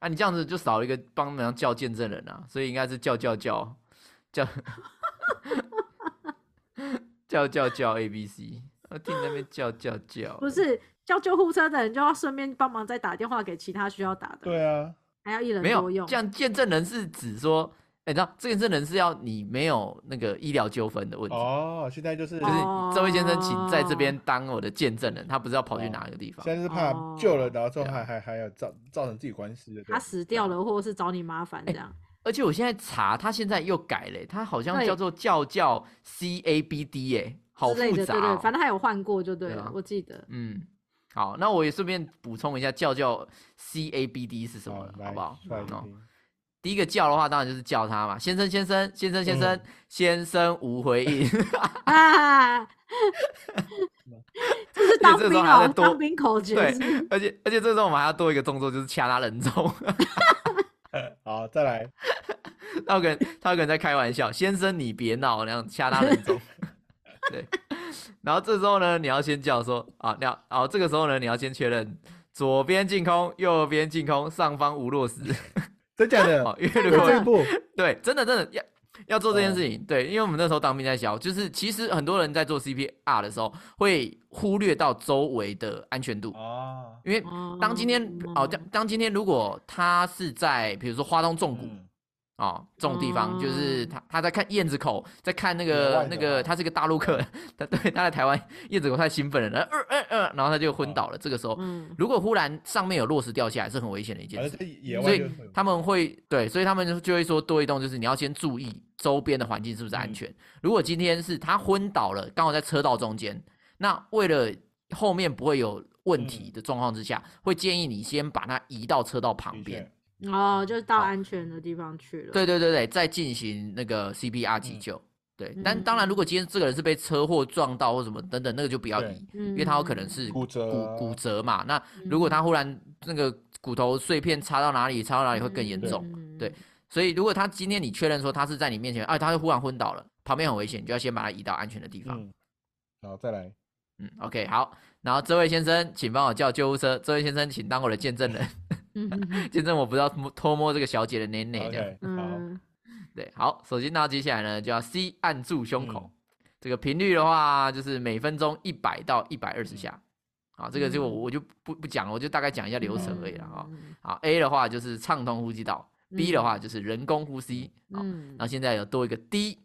S1: 啊，你这样子就少了一个帮忙叫见证人啊，所以应该是叫叫叫叫叫叫叫 A B C，我听你那边叫叫叫，
S4: 不是叫救护车的人就要顺便帮忙再打电话给其他需要打的，
S3: 对啊，
S4: 还要一人
S1: 欸没有
S4: 多用
S1: 这。样见证人是指说，哎、你知道见证人是要你没有那个医疗纠纷的问题。
S3: 哦，现在就是
S1: 就是你这位先生，请在这边
S4: 哦
S1: 当我的见证人。他不是要跑去哪个地方？
S3: 现在是怕
S4: 哦
S3: 救了，然后之后
S1: 对啊
S3: 还还还有造造成自己官司的，对
S4: 他死掉了，或者是找你麻烦这样。
S1: 而且我现在查，他现在又改了，他好像
S4: 对
S1: 叫做叫叫 C A B D 哎，好
S4: 之类
S1: 复
S4: 的，
S1: 杂、
S4: 对
S1: 哦
S4: 对，。反正他有换过就对
S1: 对
S4: 了
S1: 啊，
S4: 我记得。
S1: 嗯，好，那我也顺便补充一下叫叫 C A B D 是什么
S3: 好
S1: 了，
S3: 来
S1: 好不好？
S3: 来
S1: 哦
S3: 听
S1: 第一个叫的话，当然就是叫他嘛，先生先生先生先生、先生无回应， [LAUGHS]
S4: 啊，这是当
S1: 这时
S4: 兵
S1: 候还要
S4: 哦，
S1: 再多
S4: 当兵口诀
S1: 对
S4: 是不是，
S1: 而且而且这时候我们还要多一个动作，就是掐他人中，
S3: 好，再来，
S1: 他有可能他有可能在开玩笑，先生你别闹，那样掐他人中， [LAUGHS] 对，然后这时候呢，你要先叫说啊，那然后这个时候呢，你要先确认左边净空，右边净空，上方无 [LAUGHS] 落实，
S3: 真假的，
S1: 哦，因为如
S3: 有
S1: 果
S3: 这一步，
S1: 对，真的真的要要做这件
S3: 哦
S1: 事情。对，因为我们那时候当兵在小，就是其实很多人在做 CPR 的时候会忽略到周围的安全度，
S3: 哦，
S1: 因为 [LAUGHS] 当今天哦，当当今天如果他是在比如说花东纵谷。
S3: 嗯
S1: 哦，这种地方就是
S4: 哦
S1: 他他在看燕子口，在看那
S3: 野外
S1: 个
S3: 的嗯
S1: 那个，
S3: 话
S1: 他是个大陆客， [LAUGHS] 他对他在台湾燕子口太兴奋了，然后呃呃呃，然后他就昏倒
S3: 哦
S1: 了。这个时候，
S4: 嗯，
S1: 如果忽然上面有落石掉下来，是很危险的一件
S3: 反
S1: 事
S3: 正。在野
S1: 嗯所
S3: 外
S1: 以
S3: 就是会有
S1: 他们会对，所以他们就就会说多一动，就是你要先注意周边的环境是不是
S3: 嗯
S1: 安全。如果今天是他昏倒了，刚好在车道中间，那为了后面不会有问
S3: 嗯
S1: 题的状况之下，会建议你先把它移到车道旁
S3: 的
S1: 边
S3: 确。，
S4: 哦，就是到
S1: 好
S4: 安全的地方去了。
S1: 对对对对，再进行那个 CPR 急
S3: 嗯
S1: 救。对
S4: 嗯，
S1: 但当然，如果今天这个人是被车祸撞到或什么等等，那个就不要
S3: 对
S1: 移，
S4: 嗯，
S1: 因
S4: 因
S1: 为他有可能是
S3: 骨折
S1: 骨
S3: 啊
S1: 骨折嘛。那如果他忽然那个骨头碎片插到哪里，插到哪里会更严
S3: 对
S1: 重。
S4: 嗯
S1: 对所以如果他今天你确认说他是在你面前，哎，他就忽然昏倒了，旁边很危险，你就要先把他移到安全的地方。嗯
S3: 嗯，好，再来，
S1: o k 好。然后这位先生，请帮我叫救护车。这位先生，请当我的见证人，
S4: 嗯嗯嗯
S1: 见证我不知道摸偷摸这个小姐的奶奶这样。
S3: OK，
S1: [LAUGHS]
S3: 好，
S4: 嗯， [LAUGHS]
S1: 对，好，首先呢，接下来呢就要 C 按住胸
S3: 嗯
S1: 口，这个频率的话就是每分钟一百到一百二十下。好，这个就我
S4: 嗯
S1: 我就不不讲了，我就大概讲一下流
S4: 嗯
S1: 程而已了啊。
S4: 嗯
S1: 好，A 的话就是畅通呼吸道 B 的话就是人工呼吸，好，
S4: 嗯
S1: 然后现在有多一个 D，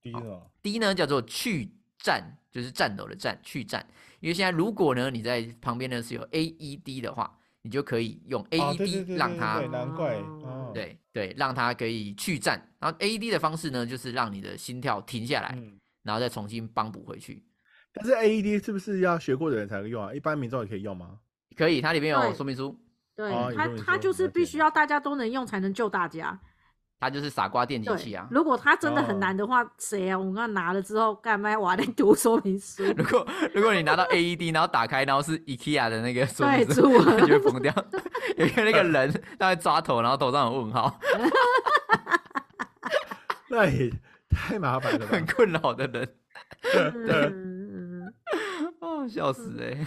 S3: 第一种，
S1: D 呢叫做去战，就是战斗的战，去战。因为现在如果呢你在旁边呢是有 AED 的话，你就可以用
S3: 哦对对
S1: AED
S3: 对
S1: E 让
S3: 对
S1: 它
S3: 对难怪，
S4: 哦
S3: 哦
S1: 对对让它可以去战。然后 AED 的方式呢，就是让你的心跳停下来，
S3: 嗯。
S1: 然后再重新帮补回去。
S3: 但是 AED 是不是要学过的人才能用啊？一般民众也可以用吗？
S1: 可以，它里面有
S4: 对
S1: 说明书，
S4: 对
S3: 哦有
S4: 他
S3: 这么，
S4: 他
S3: 说
S4: 就是
S3: 了
S4: 必
S3: 解
S4: 须要大家都能用才能救大家。
S1: 它就是傻瓜电击器
S4: 对
S1: 啊，。 [LAUGHS]
S4: 如果他真的很
S3: 哦
S4: 难的话，谁啊？我们刚拿了之后，干嘛我还得读说明
S1: [LAUGHS]
S4: 书？
S1: 如果如果你拿到 AED，然后打开，然后是 IKEA 的那个说明
S4: 对，啊
S1: 书，
S4: 住了
S1: 你就会疯
S4: [LAUGHS]
S1: 掉。有一个那个人他在抓头，然后头上有问号，
S3: 那也太麻烦了吧
S1: 很？困扰的人。
S4: 嗯嗯
S1: 哦，笑死哎、 [LAUGHS]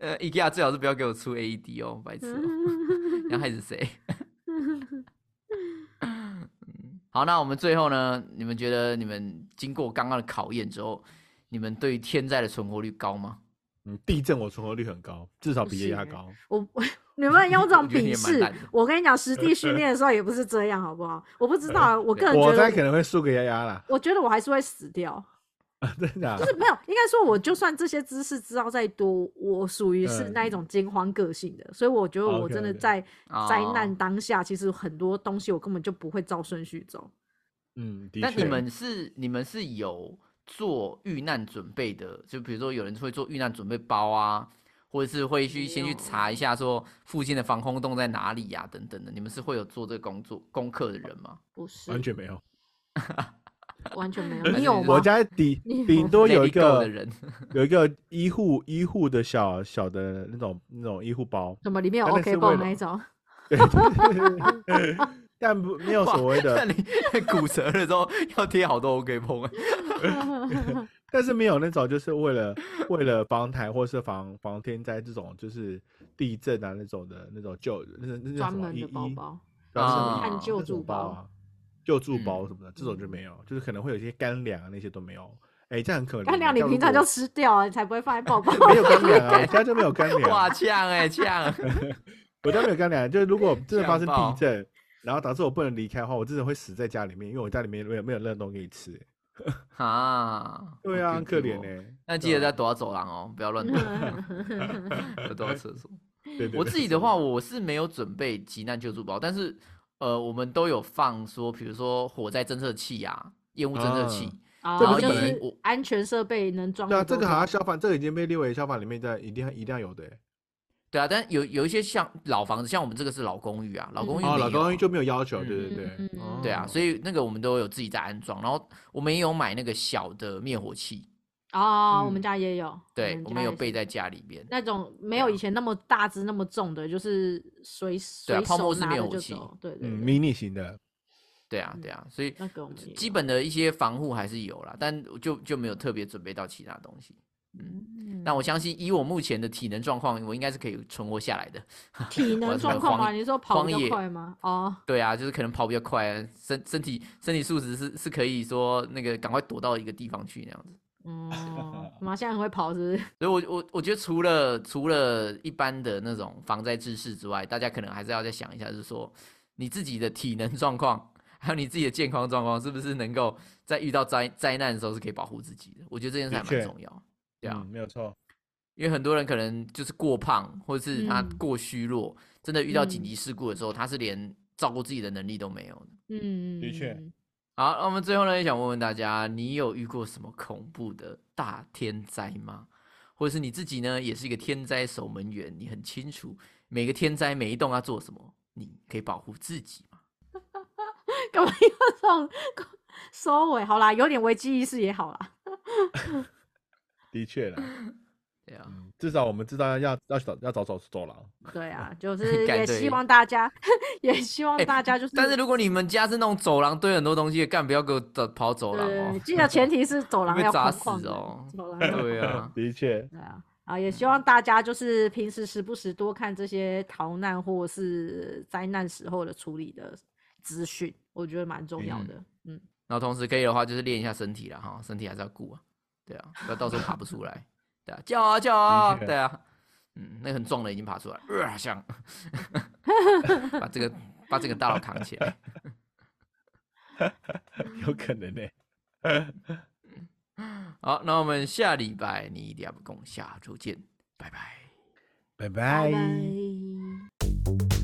S1: 欸！呃，IKEA 最好是不要给我出 AED 哦，白痴哦、 [LAUGHS]
S4: 嗯
S1: 要害死谁？
S3: 嗯
S1: 好，那我们最后呢？你们觉得你们经过刚刚的考验之后，你们对于天灾的存活率高吗？
S3: 嗯，地震我存活率很高，至少比
S4: 是
S3: 液压
S4: 欸
S3: 高。
S4: 我 [LAUGHS] 我你们用这种
S1: 我觉得你
S4: 鄙
S1: 也蛮
S4: 视
S1: 烂的，
S4: 我跟你讲，实地训练的时候也不是这样，好不好？我不知道啊，我个人
S3: 我
S4: 觉
S3: 猜可
S4: 得
S3: 能会输给丫丫啦， [LAUGHS]
S4: 我，我觉得我还是会死掉。
S3: 真的啊、
S4: 就是没有，应该说，我就算这些知识知道再多，我属于是
S3: 嗯
S4: 那一种惊慌个性的，所以我觉得我
S3: OK，
S4: 真的
S3: OK
S4: 在
S1: 哦
S4: 灾难当下，其实很多东西我根本就不会照顺序走。
S3: 嗯，的
S1: 那
S3: 确。
S1: 你们是你们是有做遇难准备的？就比如说有人会做遇难准备包啊，或者是会去先去查一下说附近的防空洞在哪里呀、等等的。你们是会有做这个工作功课的人吗？
S4: 不是，
S3: 完全没有，
S4: 完全没
S1: 还
S4: 有，你
S1: 是
S4: 有
S1: 你
S4: 吗？
S3: 我家顶
S4: 你有
S3: 顶多有一
S1: Let it go
S3: 个
S1: 的人，
S3: 有一个医护医护的小小的那种那种医护包，
S4: 什么里面有
S3: 但那
S4: OK
S3: 是
S4: 绷
S3: 为了
S4: 那一种？
S3: 对对对 [LAUGHS] 对但不没有所谓
S1: 那
S3: 的，
S1: 你 [LAUGHS] 骨折的时候要贴好多 OK 绷啊。
S3: 但是没有那种就是为了为了防台或是防防天灾这种就是地震啊那种的那种救那那叫
S4: 专
S3: 什么
S4: 门
S3: 医
S4: 的包
S3: 医
S4: 包，
S3: 对啊
S1: 啊
S3: 是
S1: 看
S3: 那
S4: 救
S3: 种
S4: 助包
S3: 啊，救助包
S1: 嗯
S3: 什么的，这种就没有，就是可能会有一些干粮啊那些都没有。哎，这样很可怜。
S4: 干粮你
S3: 这样如
S4: 平常
S3: 果
S4: 就吃掉啊，你才不会放在包包。
S3: 没有干粮啊，我家就没
S1: [LAUGHS]
S3: 有干粮。 [LAUGHS]
S1: 哇，呛哎呛！
S3: 我家没有干粮，就是如果真的发生
S1: 吓爆
S3: 地震，然后导致我不能离开的话，我真的会死在家里面，因为我家里面没有没有任何东西可以吃、欸
S1: 啊，
S3: 对
S1: 好
S3: 啊，很可
S1: Q Q
S3: 怜啊
S1: 哦
S3: 呢、
S1: 那记得再躲到走廊哦，不要
S4: [LAUGHS]
S1: 乱躲， [LAUGHS] 要躲到厕所。
S3: 对对对
S1: 我自己的话，我是没有准备急难救助包，但是呃，我们都有放说，比如说火灾侦测器啊、烟雾侦测器，
S3: 嗯
S4: 啊
S3: [LAUGHS] 这个
S4: 就
S3: 本来
S4: 是安全设备能装
S3: 对啊，
S4: 得
S3: 这
S4: 多
S3: 个
S4: 少。
S3: 好像消防，这个已经被列为消防里面在一定一定要有的、欸。
S1: 对啊，但有有一些像老房子，像我们这个是老公寓啊，老公寓
S3: 哦，
S1: 没
S3: 老
S1: 有
S3: 公寓就没有要求，
S1: 嗯
S3: 对对
S4: 嗯
S3: 对
S4: 嗯，
S3: 哦
S1: 对啊，所以那个我们都有自己在安装，然后我们也有买那个小的灭火器，
S4: 啊，我们
S3: 嗯
S4: 家也有，
S1: 对，我
S4: 哦家
S1: 们有
S4: 也是
S1: 备在家里边。
S4: 那种没
S1: 对
S4: 有
S1: 啊
S4: 以前那么大只那么重的，就是随
S1: 对
S4: 随
S1: 啊泡沫是
S4: 手拿
S1: 没有
S4: 着就
S1: 武器
S4: 走。对对
S3: 嗯
S4: 对，
S3: ，mini 型的，
S1: 对啊，对啊，所以
S4: 那个我们也
S1: 基
S4: 有
S1: 本的一些防护还是有啦，但就就没有特别准备到其他东西。嗯，那我相信以我目前的体能状况，我应该是可以存活下来的。
S4: 体能
S1: 是
S4: 状
S1: 很
S4: 况
S1: 荒
S4: 吗？你说跑
S1: 荒
S4: 得比
S1: 野
S4: 较快吗？哦，
S1: 对啊，就是可能跑比较快啊，身身体身体素质是是可以说那个赶快躲到一个地方去那样子。 [LAUGHS]
S4: 嗯，马现在很会跑是不是？
S1: 所以我我我觉得除了除了一般的那种防灾知识之外，大家可能还是要再想一下，就是说你自己的体能状况， [LAUGHS] 还有你自己的健康状况，是不是能够在遇到灾灾难的时候是可以保护自己的？我觉得这件事还
S3: 的确
S1: 蛮重要。对啊，
S3: 嗯没有错，
S1: 因为很多人可能就是过胖，或者是他
S4: 嗯
S1: 过虚弱，真的遇到紧
S4: 嗯
S1: 急事故的时候，他是连照顾自己的能力都没有的。
S4: 嗯，
S3: 的确
S4: 嗯， [LAUGHS] 嗯
S1: 好，那我们最后呢，也想问问大家，你有遇过什么恐怖的大天灾吗？或者是你自己呢，也是一个天灾守门员，你很清楚每个天灾每一栋要做什么，你可以保护自己吗？
S4: 干嘛用这种 [LAUGHS] 收尾？好啦，有点危机意识也好啦。
S3: 的
S1: [LAUGHS]
S3: 确啦，
S1: 对啊，
S3: 嗯，至少我们知道要要走要走走走廊，
S4: 对啊，就
S1: [LAUGHS]
S4: 是
S1: 干
S4: 也
S1: 对
S4: 希望大家， [LAUGHS] 也希望
S1: 哎
S4: 大家就是，
S1: 但是如果你们家是那种走廊堆很多东西的，干不要给我走跑走廊
S4: 呃
S1: 哦，。 [LAUGHS]
S4: 记得前提是走廊
S1: 会
S4: 要
S1: 砸
S4: 空
S1: 死
S4: 旷的
S1: 哦 [LAUGHS]
S4: 走廊要
S1: 对啊，
S3: [LAUGHS] 的确，
S4: 对啊，啊，
S1: 嗯
S4: 也希望大家就是平时时不时多看这些逃难或是灾难时候的处理的资讯，我觉得蛮重要
S1: 嗯
S4: 的。嗯，
S1: 然后同时可以的话，就是练一下身体了哈，身体还是要顾啊，对啊，不要到时候爬不出来，对啊，叫啊叫啊，
S3: 的确
S1: 对
S3: [LAUGHS]
S1: 啊，嗯，那个很壮的已经爬出来，呃，像把这个把整个大楼扛起来。
S3: 有可能呢、
S1: 好，那我们下礼拜你一定要不跟我们下周见，拜拜。
S3: 拜
S4: 拜
S3: 拜。
S4: 拜。